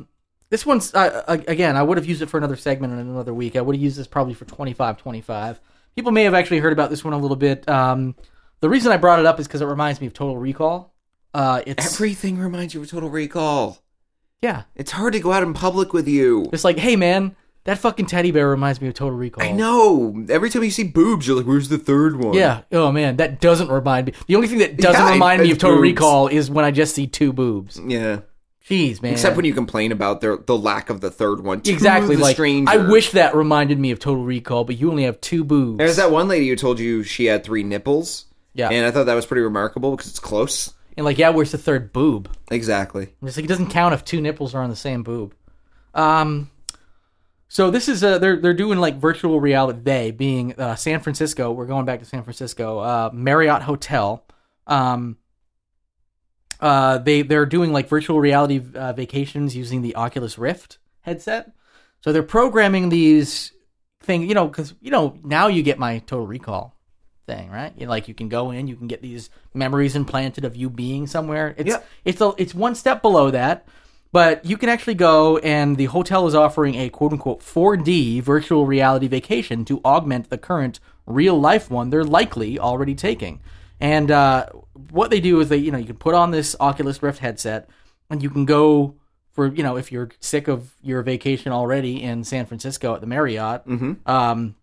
this one's uh, a- again. I would have used it for another segment in another week. I would have used this probably for 25-25. People may have actually heard about this one a little bit. Um, the reason I brought it up is because it reminds me of Total Recall. Uh, it's
Everything reminds you of Total Recall.
yeah.
It's hard to go out in public with you.
It's like, hey man, that fucking teddy bear reminds me of Total Recall.
I know. Every time you see boobs, you're like, "Where's the third one?"
Yeah. Oh man, that doesn't remind me. The only thing that doesn't
Yeah,
remind me
it's
of Total
boobs.
Recall is when I just see two boobs.
yeah.
Jeez, man.
Except when you complain about their the lack of the third one. to
exactly
the
like
stranger.
I wish that reminded me of Total Recall, but you only have two boobs.
There's that one lady who told you she had three nipples.
Yeah.
And I thought that was pretty remarkable because it's close.
and like, yeah, where's the third boob?
Exactly.
I'm just like, it doesn't count if two nipples are on the same boob. Um, so this is uh, they're they're doing like virtual reality. They being uh, San Francisco. We're going back to San Francisco. Uh, Marriott Hotel. Um, uh, they they're doing like virtual reality uh, vacations using the Oculus Rift headset. So they're programming these thing, you know, because you know now you get my Total Recall thing, right? You, like you can go in, you can get these memories implanted of you being somewhere. It's
Yeah.
it's a, it's one step below that, but you can actually go and the hotel is offering a quote unquote 4D virtual reality vacation to augment the current real life one they're likely already taking. And uh, what they do is they you know you can put on this Oculus Rift headset and you can go for you know if you're sick of your vacation already in San Francisco at the Marriott, um,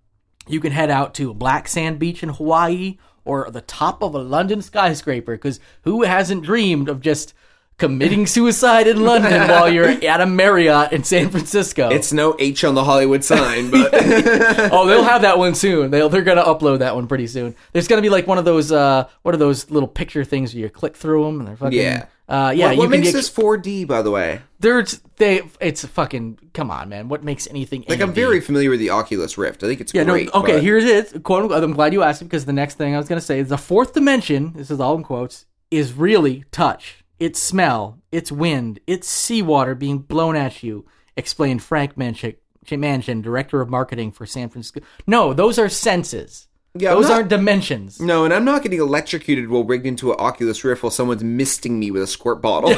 you can head out to Black Sand Beach in Hawaii or the top of a London skyscraper. Because who hasn't dreamed of just
(laughs)
committing suicide in London while you're at a Marriott in San Francisco?
It's (laughs) no H on the Hollywood sign,
(laughs)
but (laughs)
oh, they'll have that one soon. They'll, they're gonna upload that one pretty soon. There's gonna be like one of those uh, one of those little picture things where you click through them and they're fucking
Yeah.
Uh, yeah,
what,
you
what
can
makes
get
this 4D, by the way?
there's they it's fucking come on man what makes anything
Like, I'm very familiar with the Oculus Rift. I think it's
yeah
great.
no okay
but-
here it is quote unquote, i'm glad you asked it because the next thing i was going to say is the fourth dimension this is all in quotes is really touch it's smell it's wind it's seawater being blown at you explained frank manchin manchin director of marketing for san francisco no those are senses
Yeah, I'm
those
not-
aren't dimensions
No, and I'm not getting electrocuted while rigged into an Oculus Rift while someone's misting me with a squirt bottle.
(laughs)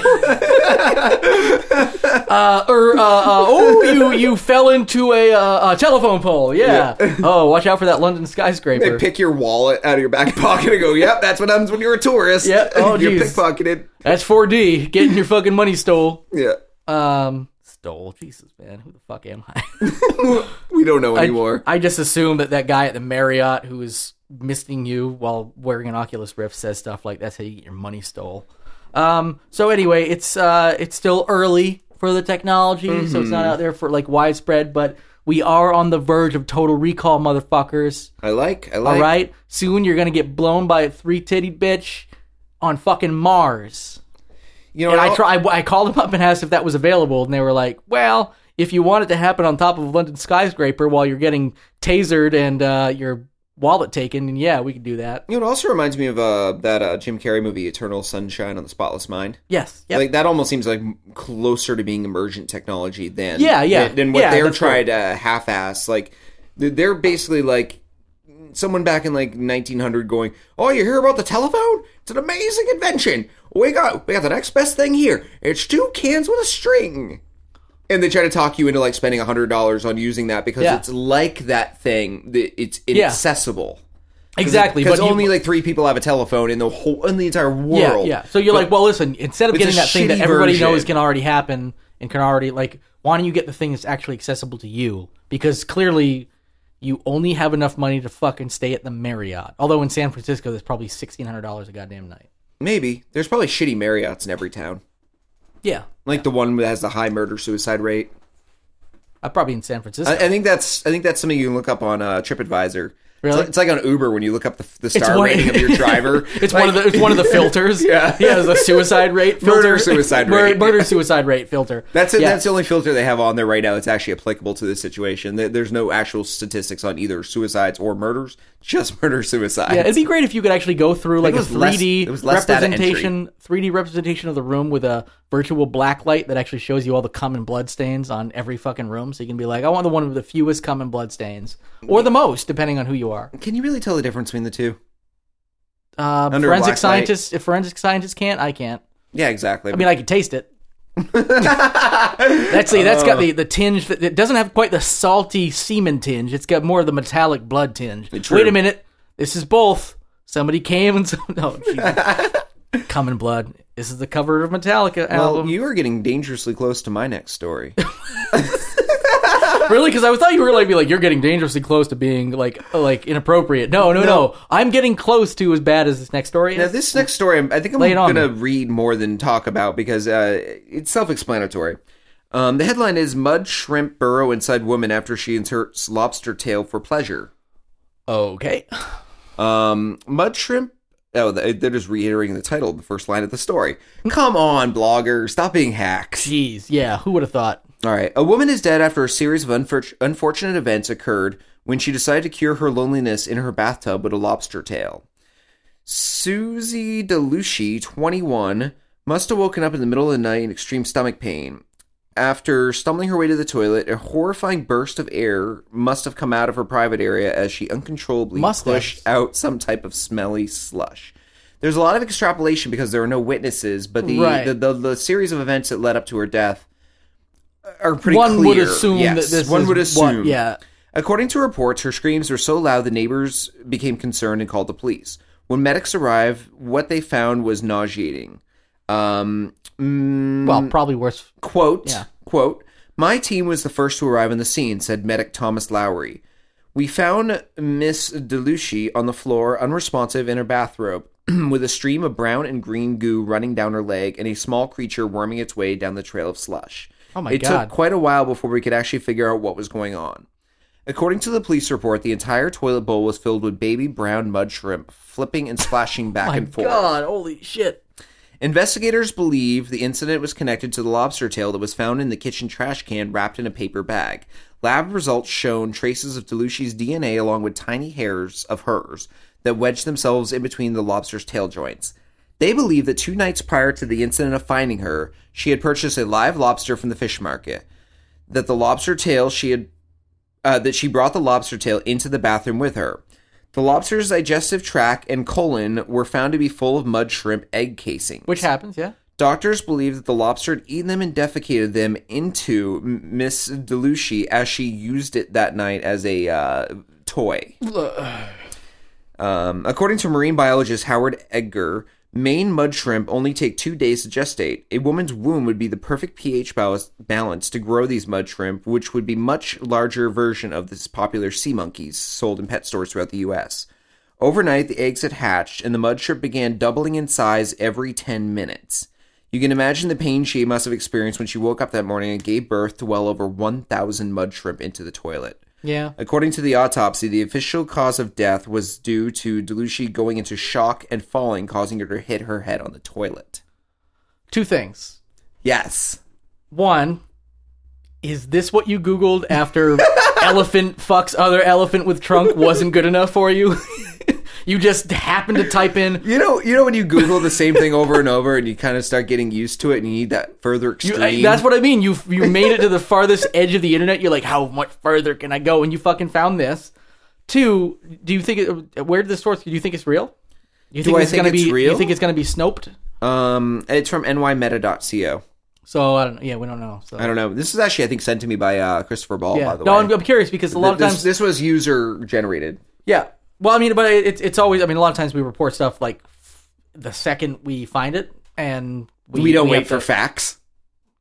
uh, or uh, uh, oh,
(laughs)
you you fell into a, uh, a telephone pole. Yeah. Oh, watch out for that London
(laughs)
skyscraper.
Pick your wallet out of your back (laughs) pocket and go, yep, that's what happens when you're a tourist. (laughs)
Yep. Oh,
you're
geez.
pickpocketed.
That's 4D. Getting your fucking money stole.
Yeah. (laughs)
Um, stole. Jesus, man. Who the fuck am (laughs) I?
We don't know anymore.
I just assume that that guy at the Marriott who is misting you while wearing an Oculus Rift says stuff like that's how you get your money stole. Um, so anyway, it's uh, it's still early for the technology, so it's not out there for like widespread, but we are on the verge of total recall, motherfuckers.
I, like, I like.
All right, soon you're gonna get blown by a three titty bitch on fucking Mars.
You know
And
what
I
I'll-
try, I called them up and asked if that was available, and they were like, "Well, if you want it to happen on top of a London skyscraper while you're getting tasered and uh, your wallet taken, and yeah, we could do that."
You know, it also reminds me of uh, that uh, Jim Carrey movie, Eternal Sunshine on the Spotless Mind.
Yes, yep.
Like that almost seems like m- closer to being emergent technology than
Yeah, yeah.
than, than what
Yeah,
they're
that's true.
trying to half-ass. Like th- they're basically like someone back in like 1900 going, "Oh, you hear about the telephone? It's an amazing invention. We got we got the next best thing here. It's two cans with a string." And they try to talk you into like spending hundred dollars on using that because
Yeah.
it's like that thing that it's inaccessible.
Exactly,
because
but you-
only like three people have a telephone in the whole in the entire world.
Yeah, yeah. So you're
But-
like, well, listen, instead of
It's a
getting that thing that
shitty
everybody knows
version.
can already happen and can already like, why don't you get the thing that's actually accessible to you? Because clearly, you only have enough money to fucking stay at the Marriott. Although in San Francisco, that's probably sixteen hundred dollars a goddamn night.
maybe there's probably shitty Marriotts in every town,
Yeah,
like the one that has the high murder suicide rate.
I Uh, probably in San Francisco.
I, I think that's I think that's something you can look up on uh, TripAdvisor. It's
Really?
like, it's like on Uber when you look up the, the star
one-
rating of
(laughs)
your driver.
it's one of the it's one of the filters.
(laughs) Yeah.
yeah, the suicide rate filter.
Murder suicide
Mur-
rate.
murder suicide rate filter.
That's it.
Yeah.
That's the only filter they have on there right now that's actually applicable to this situation. There- There's no actual statistics on either suicides or murders, just (laughs) murder suicide.
Yeah, it'd be great if you could actually go through like
it
a
was less-
3D
it was less data entry.
representation, 3D representation of the room with a virtual black light that actually shows you all the common blood stains on every fucking room. So you can be like, I want the one with the fewest common blood stains, or the most, depending on who you are.
Can you really tell the difference between the two?
Uh,
Under a black light.
forensic scientists, if forensic scientists can't, I can't.
Yeah, exactly.
I mean, I can taste it. that's the, that's got the, the tinge that it doesn't have quite the salty semen tinge. It's got more of the metallic blood tinge.
True.
Wait a minute, this is both. Somebody came and (laughs) some no. Jesus. Common blood. This is the cover of Metallica
well,
album.
you are getting dangerously close to my next story.
really? Because I was thought you were like be like you're getting dangerously close to being like like inappropriate. No, no, no. I'm getting close to as bad as this next story
Now,
is.
this next story, I'm- I think I'm
Lay it on
going to read more than talk about because uh, it's self explanatory. Um, the headline is Mud Shrimp Burrow Inside Woman After She Inserts Lobster Tail for Pleasure.
okay.
Um, mud shrimp. Oh, they- they're just reiterating the title, of the first line of the story.
Hmm.
Come on, blogger, stop being hacks.
Jeez. Yeah. Who would have thought?
All right, a woman is dead after a series of unfor- unfortunate events occurred when she decided to cure her loneliness in her bathtub with a lobster tail. Susie DeLucci, 21, must have woken up in the middle of the night in extreme stomach pain. After stumbling her way to the toilet, a horrifying burst of air must have come out of her private area as she uncontrollably
Must have.
pushed out some type of smelly slush. There's a lot of extrapolation because there are no witnesses, but the,
Right.
the, the, the series of events that led up to her death are pretty
One would
clear.
assume
Yes,
that this
one
is
would
what-
assume.
yeah.
According to reports, her screams were so loud the neighbors became concerned and called the police. When medics arrived, what they found was nauseating. Um, mm,
Well, probably worse.
quote,
Yeah.
quote, my team was the first to arrive on the scene, said medic Thomas Lowry. We found Miss DeLucci on the floor, unresponsive in her bathrobe, (clears throat) with a stream of brown and green goo running down her leg and a small creature worming its way down the trail of slush.
Oh my
it
God.
took quite a while before we could actually figure out what was going on. According to the police report, the entire toilet bowl was filled with baby brown mud shrimp, flipping and
(laughs)
splashing back
Oh My
and forth.
God. Holy shit.
Investigators believe the incident was connected to the lobster tail that was found in the kitchen trash can wrapped in a paper bag. Lab results shown traces of DeLucci's DNA along with tiny hairs of hers that wedged themselves in between the lobster's tail joints. They believe that two nights prior to the incident of finding her, she had purchased a live lobster from the fish market. That the lobster tail she had uh, that she brought the lobster tail into the bathroom with her. The lobster's digestive tract and colon were found to be full of mud shrimp egg casings.
Which happens. Yeah.
Doctors believe that the lobster had eaten them and defecated them into M- Miss DeLucci as she used it that night as a uh, toy. Um, according to marine biologist Howard Edgar, Maine mud shrimp only take two days to gestate. A woman's womb would be the perfect pH bal- balance to grow these mud shrimp, which would be much larger version of this popular sea monkeys sold in pet stores throughout the U.S. Overnight, the eggs had hatched, and the mud shrimp began doubling in size every 10 minutes. You can imagine the pain she must have experienced when she woke up that morning and gave birth to well over 1,000 mud shrimp into the toilet.
Yeah.
According to the autopsy, the official cause of death was due to DeLucci going into shock and falling, causing her to hit her head on the toilet.
Two things.
Yes.
One, is this what you Googled
(laughs)
after elephant fucks other elephant with trunk wasn't good enough for you? (laughs) you just happened to type in.
You know, you know when you Google the same thing over and over, and you kind of start getting used to it, and you need that further
You,
extreme.
I- that's what I mean. You you made it to the farthest edge of the internet. You're like, how much further can I go? And you fucking found this. Two, do you think it, where did the source? Do you think it's real? Do you
I
it's
think
gonna
it's
be?
real?
You think it's gonna be snoped?
Um, it's from nymeta.co.
So I don't. Yeah, we don't know. So
I don't know. This is actually, I think, sent to me by uh, Christopher Ball.
yeah.
By the
No,
way,
I'm, I'm curious because a lot of
Th- this,
times
this was user generated.
Yeah. Well, I mean, but it, it's always. I mean, a lot of times we report stuff like f- the second we find it, and we,
We, don't
have
wait for
to-
facts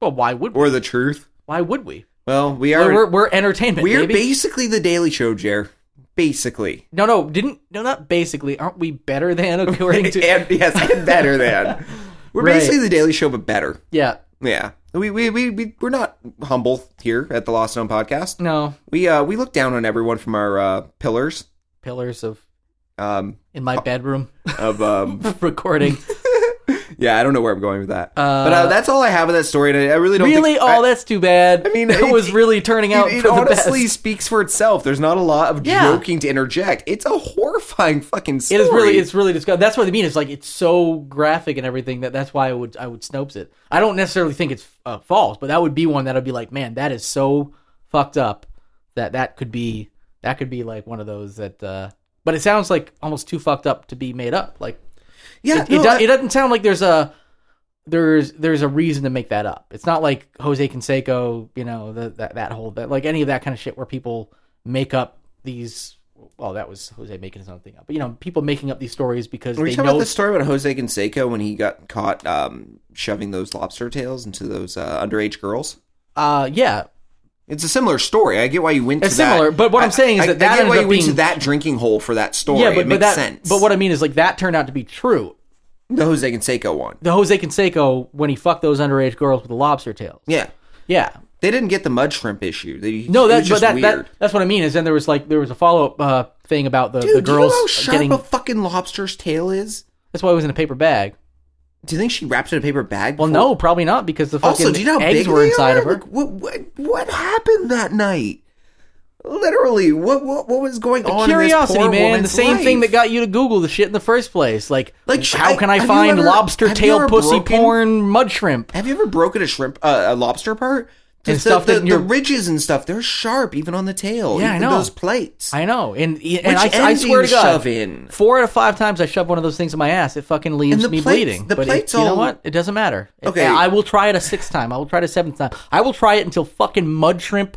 well, why would we?
or the truth.
Why would we?
Well, we
We're,
are.
we're,
We're,
we're entertainment. baby.
basically the Daily Show, Jer.
(laughs)
Basically,
no, no, didn't no, not basically. Aren't we
(laughs)
better than according to?
and yes,
(laughs)
and better than. We're
Right.
basically the Daily Show, but better.
yeah.
Yeah, we we we we we're not humble here at the Lost Zone podcast.
No
We uh we look down on everyone from our uh, pillars
pillars of
um
in my bedroom (laughs)
of um
recording.
yeah I don't know where I'm going with that. but uh, that's all I have of that story, and I, I really (laughs) don't
Really?
Think, I-
oh, that's too bad. I
mean,
it
it-
was really turning out
it, it
for the
honestly
best.
speaks for itself. There's not a lot of
Yeah.
joking to interject. It's a horrifying fucking
It
story.
is really, it's really disgusting. That's what I mean. It's like it's so graphic and everything that that's why I would, I would Snopes it. I don't necessarily think it's uh, false, but that would be one that I'd be like, man, that is so fucked up that that could be, that could be like one of those that. uh But it sounds like almost too fucked up to be made up. Like
yeah. (laughs)
it,
no,
it, do,
I-
it doesn't sound like there's a there's there's a reason to make that up. It's not like Jose Canseco, you know, the, that that whole that like any of that kind of shit where people make up these. Well, that was Jose making his own thing up, but you know, people making up these stories because
Were you
they
talking
know.
about the story about Jose Canseco when he got caught um, shoving those lobster tails into those uh, underage girls?
uh, yeah,
It's a similar story. I get why you went
It's
to that.
similar, but what I'm
I-
saying is
I-
that that
I get
ended
why
up
you went to
being-
that drinking hole for that story.
yeah, but
it
but
makes
that
sense.
but what I mean is like that turned out to be true.
the Jose Canseco one?
The Jose Canseco when he fucked those underage girls with the lobster tails.
Yeah,
Yeah,
they didn't get the mud shrimp issue. They, it was
No, that's but
just
that,
weird.
that that's what I mean. Is then there was like there was a follow up uh, thing about the, the
Dude,
girls
do you know how sharp
getting.
a fucking lobster's tail is?
That's why it was in a paper bag.
Do you think she wrapped it in a paper bag?
Well,
before-
no, probably not because the fucking
Also, do you know how
eggs
big
were
they
inside
are?
of her.
Like, what, what what happened that night? Literally, what what what was going on? in this
Curiosity,
poor
man. The
woman's
same thing
life?
that got you to Google the shit in the first place. Like,
Like, sh-
how
I-
can I
have you
find
ever-
lobster
have you
tail
ever
pussy
broken-
porn mud shrimp?
Have you ever broken a shrimp, uh, a lobster part?
And
Just
stuff
the,
that
the, the
you're-
ridges and stuff, they're sharp even on the tail.
Yeah, I
even
know.
Those plates.
I know, and
Which
and I,
end
I
do
swear
you
to God,
shove in?
four out of five times I shove one of those things in my ass, it fucking leaves
And the
me
plates-
bleeding.
the
but it-
plates
you know
all-
what? It doesn't matter. It-
Okay.
I will try it a sixth time. I will try it a seventh time. I will try it until fucking mud shrimp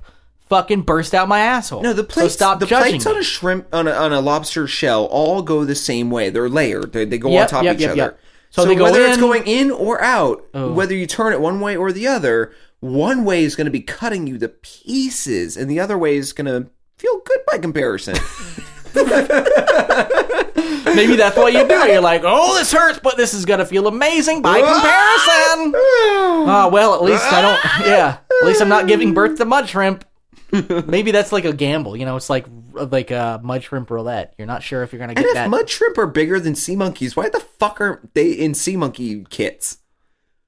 fucking burst out my asshole.
no, the plates.
So stop
the
judging
plates
me.
on a shrimp on a, on a lobster shell all go the same way. They're layered. They, they go
Yep,
on top
yep,
of each
yep,
other.
yep. So they go
whether it's
in-
going in or out, whether you turn it one way or the other, one way is going to be cutting you to pieces, and the other way is going to feel good by comparison.
Maybe that's why you do it. You're like, oh, this hurts, but this is gonna feel amazing by comparison. (laughs) Ah, well, at least I don't. Yeah, at least I'm not giving birth to mud shrimp. Maybe that's like a gamble. You know, it's like like a mud shrimp roulette. You're not sure if you're gonna get
(laughs) And if
that.
mud shrimp are bigger than sea monkeys, why the fuck are they in sea monkey kits?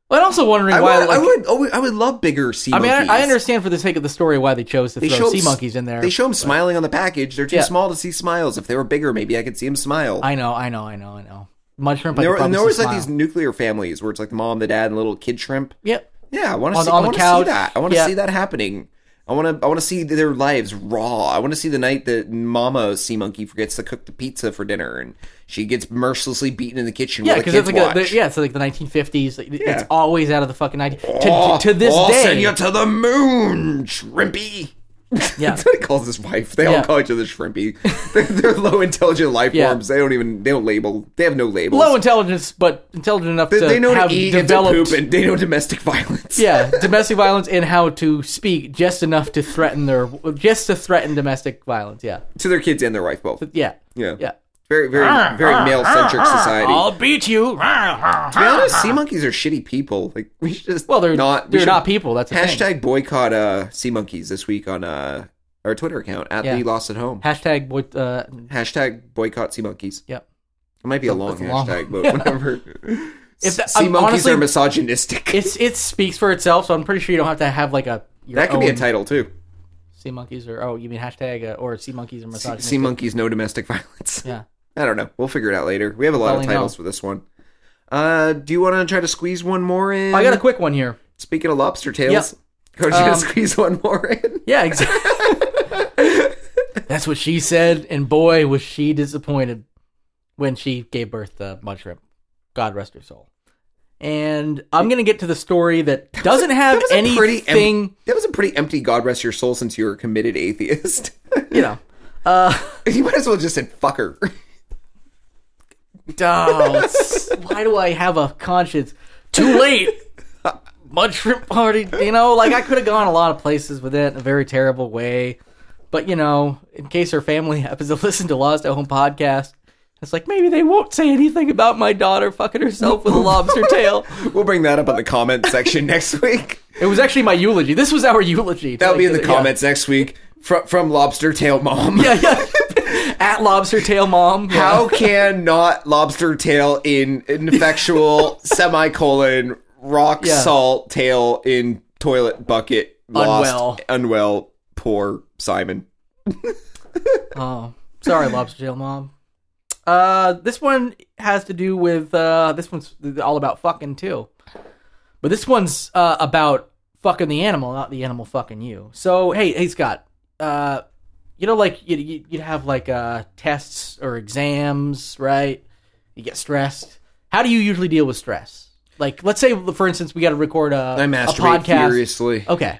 Well, I'm also wondering
I
why.
would,
like,
I would, oh, I would love bigger sea
I mean,
monkeys.
I, I understand for the sake of the story why they chose to
They
throw
show
sea
'em-
monkeys in there.
They show them smiling on the package. They're too
Yeah.
small to see smiles. If they were bigger, maybe I could see them smile.
I know, I know, I know, I know. Mud shrimp. I
there, were-
can
and there was
promise you
like
smile.
these nuclear families where it's like the mom, the dad, and the little kid shrimp.
Yep.
Yeah, I want to
On-
see.
on
I
the
want to see
couch.
that. I want to
Yeah.
see that happening. I want to. I want to see their lives raw. I want to see the night that Mama Sea Monkey forgets to cook the pizza for dinner and she gets mercilessly beaten in the kitchen.
Yeah,
while the
because it's
kids
like a,
watch.
the, yeah, it's like the 1950s. Like, It's
Yeah.
always out of the fucking 90s.
Oh,
to, to this
I'll
day,
send you to the moon, Shrimpy.
Yeah.
That's what (laughs) he calls his wife. They
Yeah.
all call each other Shrimpy. (laughs) they're, they're low intelligent life
Yeah.
forms. They don't even they don't label. They have no labels.
low intelligence, but intelligent enough
they,
to
they know
have
to eat
developed.
and to poop, and they know domestic (laughs) violence.
(laughs) yeah, domestic violence and how to speak just enough to threaten their just to threaten domestic violence. Yeah,
to their kids and their wife both.
yeah,
Yeah,
yeah.
Very very very male centric society.
(laughs) I'll beat you.
to be honest, sea monkeys are shitty people. Like we should just
Well, they're
not we
they're
should
not people. That's a
Hashtag
thing.
boycott uh, sea monkeys this week on uh, our Twitter account at
Yeah.
the Lost at Home.
Hashtag boy. Uh,
Hashtag boycott sea monkeys.
yep.
It might be a long
that's a long
hashtag,
one. (laughs)
but whatever.
If that-
sea
I'm-
monkeys
honestly-
are misogynistic.
It's it speaks for itself, so I'm pretty sure you don't have to have like a your
that could be a
own
title too.
Sea monkeys or oh, you mean hashtag uh, or sea monkeys or
Sea,
misogynistic?
sea monkeys, no domestic (laughs) violence.
yeah.
I don't know. We'll figure it out later. We have a lot
Probably
of titles
not.
for this one. Uh, do you want to try to squeeze one more in?
I got a quick one here.
Speaking of lobster tails, (laughs) go to
Um,
squeeze one more in.
(laughs) Yeah, exactly. That's what she said, and boy, was she disappointed when she gave birth to Mud Shrimp. God rest her soul. and I'm gonna get to the story that doesn't have
was a pretty em-
anything.
that was a pretty empty God rest your soul since you're a committed atheist. (laughs)
you know, uh, (laughs)
you might as well just said fucker. (laughs)
Oh, s- (laughs) why do I have a conscience? Too late. Mud shrimp party. You know, like I could have gone a lot of places with it in a very terrible way. But you know, in case her family (laughs) happens to listen to Lost at Home podcast, it's like maybe they won't say anything about my daughter fucking herself with a
(laughs)
lobster tail.
We'll bring that up in the comment section (laughs) next week.
It was actually my eulogy. This was our eulogy.
That'll be in the
Yeah.
comments next week from from Lobster Tail Mom.
Yeah, yeah. (laughs) at lobster tail mom. Yeah.
How can not lobster tail in
(laughs)
ineffectual semicolon rock
Yeah.
salt tail in toilet bucket lost
Unwell.
unwell poor Simon.
Oh, sorry, lobster tail mom. Uh, this one has to do with uh, this one's all about fucking too, but this one's uh, about fucking the animal, not the animal fucking you. So hey, hey Scott, uh, you know like you you- you'd have like uh tests or exams, right? You get stressed. How do you usually deal with stress? Like, let's say for instance, we got to record a
I
a
masturbate
podcast.
furiously.
Okay,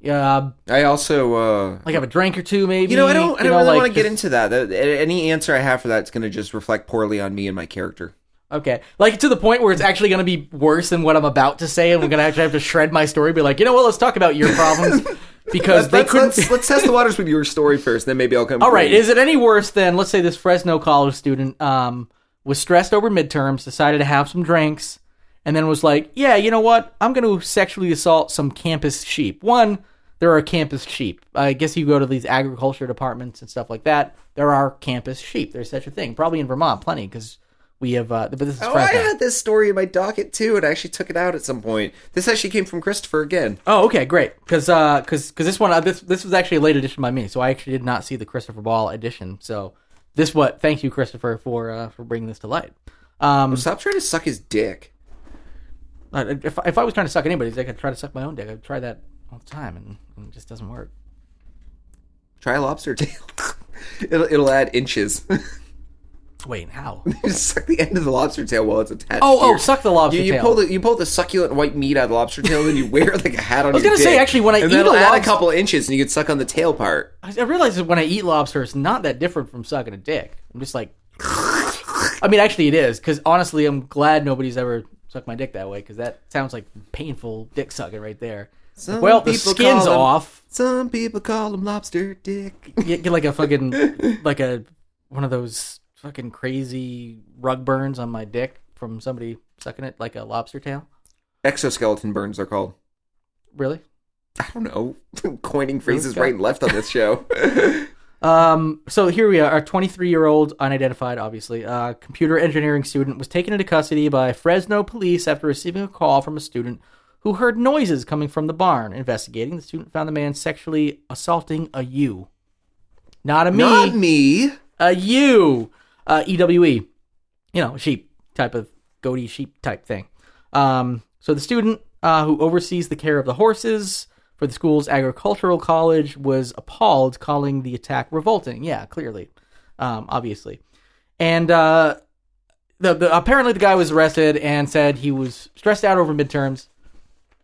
yeah, um,
I also uh
like have a drink or two, maybe.
you know, I don't. I don't
know,
really
like,
want to get
just-
into that. That- Any answer I have for that's going to just reflect poorly on me and my character.
Okay. Like to the point where it's actually going to be worse than what I'm about to say, and we're going to actually have to shred my story. Be like, you know what? Let's talk about your
(laughs)
problems because they
Let's,
couldn't.
let's, let's test the waters with your story first, then maybe I'll come.
All right. Is it any worse than let's say this Fresno college student um, was stressed over midterms, decided to have some drinks, and then was like, yeah, you know what? I'm going to sexually assault some campus sheep. One, there are campus sheep. I guess you go to these agriculture departments and stuff like that. There are campus sheep. There's such a thing. Probably in Vermont, plenty because. We have, uh, but this is
Oh, I
Fresno.
had this story in my docket too, and I actually took it out at some point. This actually came from Christopher again.
Oh, okay, great. Because because this one uh, this this was actually a late edition by me, so I actually did not see the Christopher Ball edition. So this what thank you Christopher for uh, for bringing this to light. Um,
Stop trying to suck his dick.
uh, if if I was trying to suck anybody's dick, I'd try to suck my own dick. I'd try that all the time, and, and it just doesn't work.
Try a lobster tail. (laughs) it'll, it'll add inches. (laughs)
Wait, how?
Just suck the end of the lobster tail while it's attached.
Oh,
to your-
oh, suck the lobster
you, you
tail.
Pull the, you pull the succulent white meat out of the lobster tail, then you wear like a hat on. I
was gonna say, actually, when I
and
eat
that'll
a
add a
lobs-
couple inches, and you can suck on the tail part.
I I realize that when I eat lobster, it's not that different from sucking a dick. I'm just like, I mean, actually, it is because honestly, I'm glad nobody's ever sucked my dick that way because that sounds like painful dick sucking right there.
Some
well, the
people
skin's
call 'em-
off.
Some people call them lobster dick.
Get, get like a fucking like a one of those fucking crazy rug burns on my dick from somebody sucking it like a lobster tail.
Exoskeleton burns are called.
Really?
I don't know. (laughs) Coining phrases
Scott?
right and left on this show.
Um, so here we are. Our 23 year old, unidentified, obviously, uh, computer engineering student was taken into custody by Fresno police after receiving a call from a student who heard noises coming from the barn. Investigating, the student found the man sexually assaulting a ewe. Not a (laughs) me,
Not me.
a ewe. Uh, EWE. You know, sheep type of goatee sheep type thing. Um, so the student uh, who oversees the care of the horses for the school's agricultural college was appalled, calling the attack revolting. Yeah, clearly, um, obviously, and uh, the, the apparently the guy was arrested and said he was stressed out over midterms.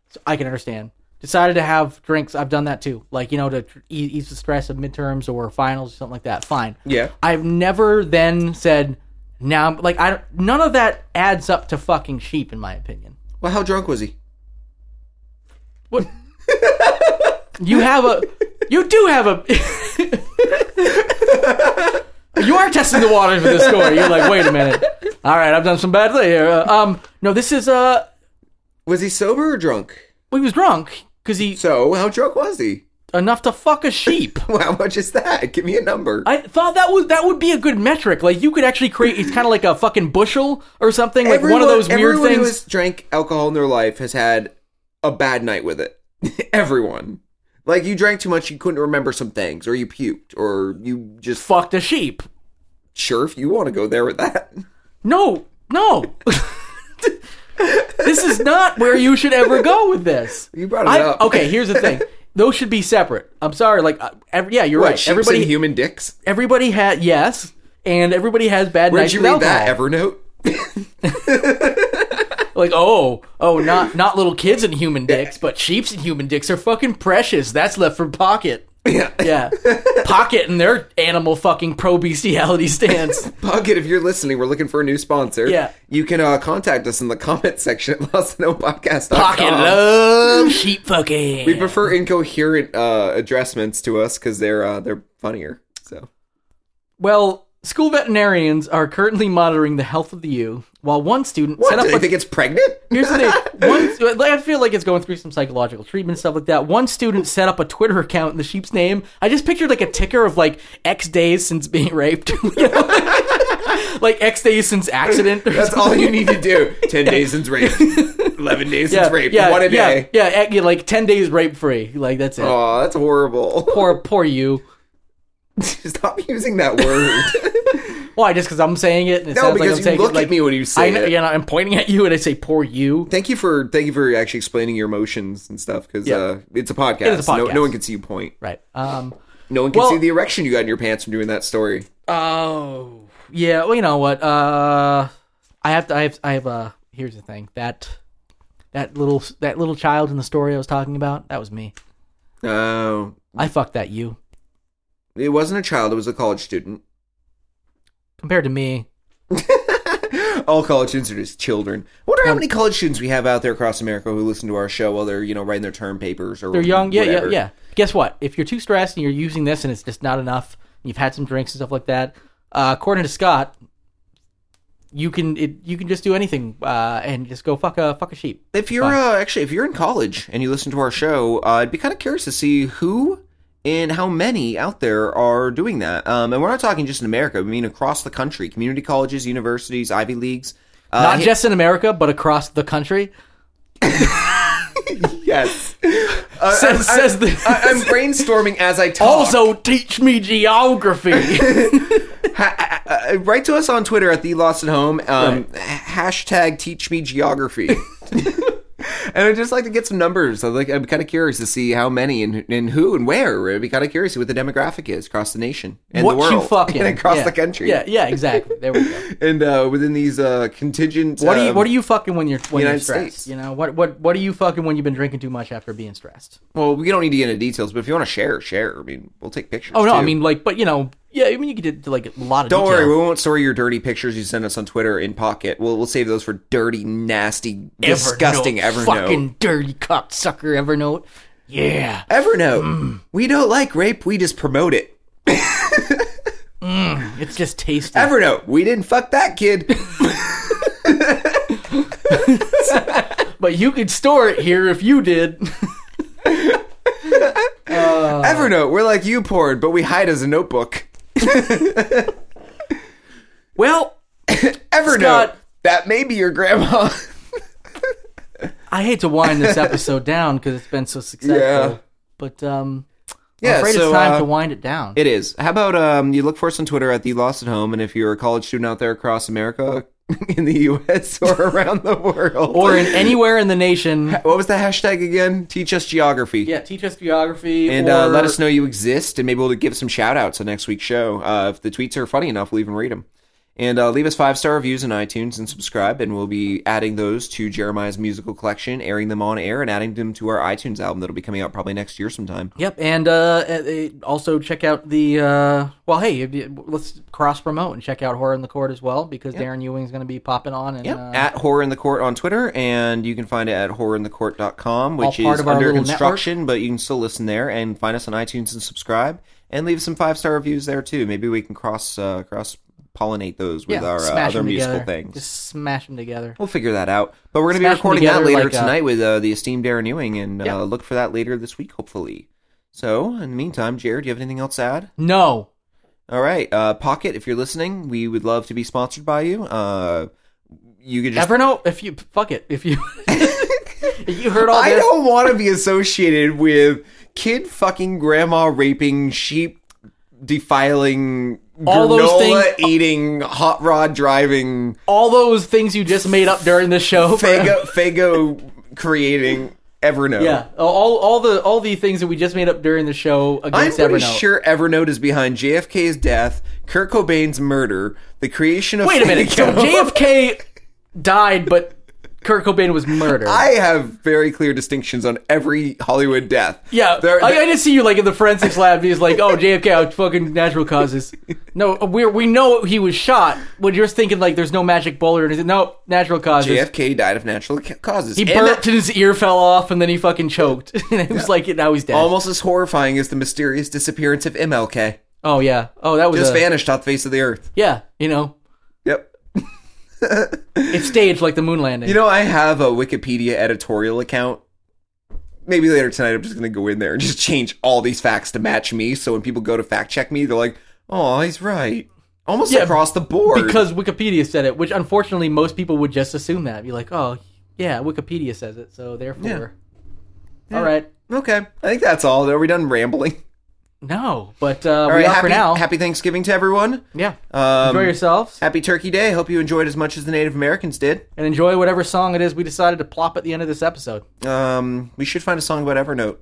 So I can understand. Decided to have drinks. I've done that too. Like you know, to tr- ease ease the stress of midterms or finals or something like that. Fine.
Yeah.
I've never then said now like I don't- none of that adds up to fucking sheep in my opinion.
Well, how drunk was he?
What? you have a. You do have a. you are testing the waters with this story. You're like, wait a minute. All right, I've done some bad thing here. Uh, um, no, this is uh,
Was he sober or drunk?
well, he was drunk because he
So, how drunk was he? (laughs)
enough to fuck a sheep.
Well, how much is that? Give me a number.
I thought that was that would be a good metric. Like you could actually create. It's kind of like a fucking bushel or something. Like one of those weird
everyone
things.
who has drank alcohol in their life has had a bad night with it. (laughs) everyone. Like, you drank too much, you couldn't remember some things, or you puked, or you just.
Fucked a sheep.
Sure, if you want to go there with that. (laughs)
No, no. this is not where you should ever go with this.
You brought it
I-
up.
Okay, here's the thing. Those should be separate. I'm sorry. Like, uh, every, yeah, you're
What,
right.
sheep's everybody
Everybody,
human dicks?
everybody had yes, and everybody has bad
Where'd
nights
you
with
read that?
alcohol.
Evernote?
like oh oh not not little kids and human dicks but sheeps and human dicks are fucking precious that's left from pocket
(laughs) Yeah.
yeah pocket and their animal fucking pro
(laughs)
bestiality stance
Pocket, if you're listening, we're looking for a new sponsor.
Yeah.
You can uh, contact us in the comment (laughs) section at lostandopodcast.com.
pocket love sheep fucking
We prefer incoherent uh, addressments to us because they're uh, they're funnier. So
well school veterinarians are currently monitoring the health of the ewe while one student
what
set up
do they
a
think it's pregnant?
(laughs) Here's the thing. One, like, I feel like it's going through some psychological treatment stuff like that. One student set up a Twitter account in the sheep's name. I just pictured like a ticker of like X days since being raped, (laughs) You know? like X days since accident. Or
That's all you need to do.
(laughs)
Ten days since rape. Eleven days since rape. One a
yeah,
day.
Yeah, eh, yeah, like ten days rape free. Like that's it.
Oh, that's horrible.
Poor, poor you.
(laughs) Stop using that
(laughs)
word.
Why? Just because I'm saying it? And it
No,
sounds
because
like I'm
you
saying
look
it,
at
like,
me when you say
I know,
it.
Yeah, I'm pointing at you and I say poor you.
thank you for thank you for actually explaining your emotions and stuff because
Yeah.
uh, it's a podcast.
It is a
No,
podcast.
no one can see you point.
Right. Um.
No one can
Well-
see the erection you got in your pants from doing that story.
Oh yeah, well you know what? Uh, I have to. I have. I have. Uh, here's the thing that that little that little child in the story I was talking about that was me.
Oh,
I fucked that you.
it wasn't a child. It was a college student.
Compared to me,
All college students are just children. I wonder
Um,
how many college students we have out there across America who listen to our show while they're you know writing their term papers or
they're young. Yeah,
whatever.
yeah, yeah. Guess what? If you're too stressed and you're using this and it's just not enough, and you've had some drinks and stuff like that. Uh, according to Scott, you can it, you can just do anything uh, and just go fuck a fuck a sheep.
If you're uh, actually if you're in college and you listen to our show, uh, I'd be kind of curious to see who and how many out there are doing that. Um, and we're not talking just in America. I mean across the country, community colleges, universities, Ivy leagues. Uh,
Not
hey-
just in America, but across the country. (laughs)
yes. Uh,
Says-
I'm-
says the-
I, I'm brainstorming as I talk.
(laughs) Also, teach me
(laughs)
geography.
Ha- uh, uh, write to us on Twitter at the Lost at Home. Um, Hashtag teach me geography. (laughs) and I'd just like to get some numbers. I'd like, I'm kind of curious to see how many and, and who and where. I'd be kind of curious what the demographic is across the nation and
what
the world (laughs)
you fucking
and across
yeah.
the country.
Yeah, yeah, exactly. There we go.
And uh, within these uh, contingent.
What do you
um,
What are you fucking when you're when you're
United
stressed?
States.
You know what what what are you fucking when you've been drinking too much after being stressed?
Well, we don't need to get into details, but if you want to share, share. I mean, we'll take pictures.
Oh no, I
too.
mean like, but you know, yeah. I mean, you could do like a lot of.
Don't
detail.
worry, we won't store your dirty pictures you send us on Twitter in pocket. We'll we'll save those for dirty, nasty,
Evernote,
disgusting Evernote.
Fucking dirty cocksucker Evernote. Yeah.
Evernote.
Mm.
We don't like rape, we just promote it.
It's just tasty.
Evernote, we didn't fuck that kid.
(laughs) but you could store it here if you did. (laughs) Uh.
Evernote, we're like you porn, but we hide as a notebook.
well,
Evernote,
Scott.
that may be your grandma. (laughs)
I hate to wind this episode down because it's been so successful.
Yeah.
But um I'm
yeah,
afraid
so,
it's time
uh,
to wind it down.
it is. How about um, you look for us on Twitter at the Lost at Home, and if you're a college student out there across America, (laughs) in the U.S. or around the world,
or
(laughs)
in anywhere in the nation.
what was the hashtag again? Teach us geography.
Yeah, teach us geography
And
or
uh, let us know you exist, and maybe we'll give some shout outs on next week's show. Uh, if the tweets are funny enough, we'll even read them. And uh, leave us five star reviews in iTunes and subscribe, and we'll be adding those to Jeremiah's musical collection, airing them on air, and adding them to our iTunes album that'll be coming out probably next year sometime.
Yep, and uh, uh, uh, also check out the uh, well. Hey, if you- let's cross promote and check out Horror in the Court as well because Darren Ewing's going to be popping on and
Yep.
uh,
at Horror in the Court on Twitter, and you can find it at horrorinthecourt.com, which
part
is
of our
under
little
construction, but you can still listen there and find us on iTunes and subscribe, and leave some five star reviews there too. Maybe we can cross uh, cross pollinate those with
yeah,
our uh,
smash
other
them
musical
together.
things.
Just smash them together.
We'll figure that out. But we're going to be
Smash 'em
recording that
together
later
like a-
tonight with uh, the esteemed Darren Ewing, and
Yeah.
uh, look for that later this week, hopefully. So, in the meantime, Jared, do you have anything else to add?
No,
All right, uh, Pocket, if you're listening, we would love to be sponsored by you. Uh, you could (laughs) just.
Evernote. If you fuck it, if you (laughs) if you heard all
I
this,
don't want to be associated with kid fucking grandma raping sheep defiling
All those
granola
things-
eating hot rod driving
all those things you just made up during this show.
fago fago creating Evernote.
(laughs) yeah, all all the all the things that we just made up during the show
I'm
against
pretty
Evernote.
sure Evernote is behind JFK's death, Kurt (laughs) Cobain's murder, the creation of.
Wait a minute. So
Fago.
JFK died, but Kurt Cobain was murdered.
I have very clear distinctions on every Hollywood death.
yeah,
There-
I, I did see you like in the forensics lab. And he's like, "Oh, JFK, out fucking natural causes." No, we we know he was shot. When you're thinking like, "There's no magic bullet," and he's like, "No, natural causes."
JFK died of natural ca- causes.
He
And
burped
that-
and his ear fell off, and then he fucking choked. (laughs) and it was like, now he's dead.
almost as horrifying as the mysterious disappearance of MLK.
oh yeah. Oh, that was
Just
a-
vanished off the face of the earth.
Yeah, you know,
Yep.
it's staged like the moon landing.
You know, I have a Wikipedia editorial account. Maybe later tonight, I'm just going to go in there and (laughs) just change all these facts to match me. So when people go to fact check me, they're like, "Oh, he's right." Almost
Yeah,
across the board.
because Wikipedia said it, which unfortunately most people would just assume that. Be like, oh, yeah, Wikipedia says it, so therefore. All right.
okay, I think that's all. Are we done rambling?
No, but uh,
All
we
right,
are
happy,
for now.
happy Thanksgiving to everyone.
yeah.
Um,
enjoy yourselves
Happy Turkey Day. Hope you enjoyed as much as the Native Americans did.
and enjoy whatever song it is we decided to plop at the end of this episode.
Um, we should find a song about Evernote.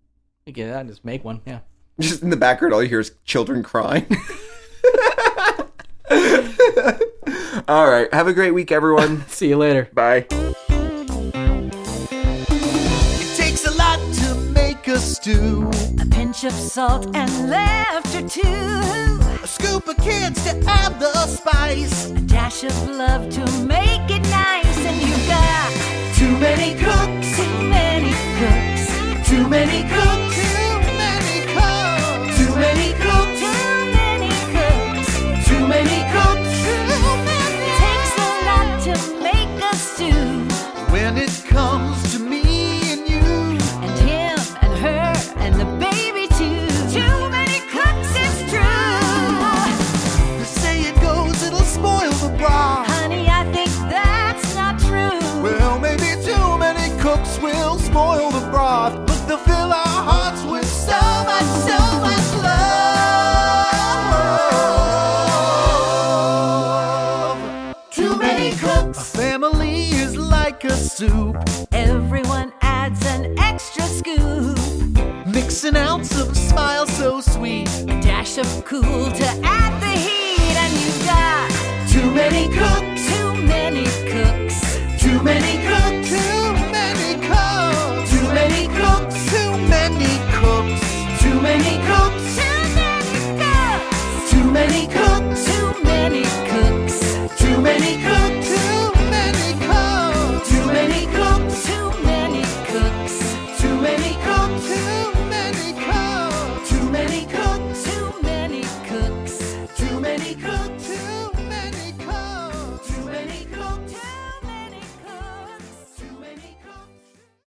(laughs)
You can uh, just make one. Yeah. (laughs)
Just in the background, all you hear is children crying. (laughs) all right. Have a great week, everyone.
See you later.
Bye.
It takes a lot to make a stew.
A pinch of salt and laughter too.
A scoop of kids to add the spice.
A dash of love to make it nice. And you got
Too many cooks,
too many cooks.
too many cooks, too many cooks, too many cooks, too
Too many cooks.
many cooks.
Too many. Takes a lot to make a stew.
When it comes to me and you,
And him and her and the baby too. Too many cooks is true.
they say it goes, it'll spoil the broth.
Honey, I think that's not true.
Well, maybe too many cooks will spoil the broth, but they'll fill our hearts with so much, so much love.
Too many cooks.
A family is like a soup.
Everyone adds an extra scoop.
Mix an ounce of smile so sweet.
dash of cool to add the heat, and you got
Too many cooks,
too many cooks.
too many cooks, too many cooks, too many cooks, too many cooks, too many cooks, too
Too many cooks.
many cooks.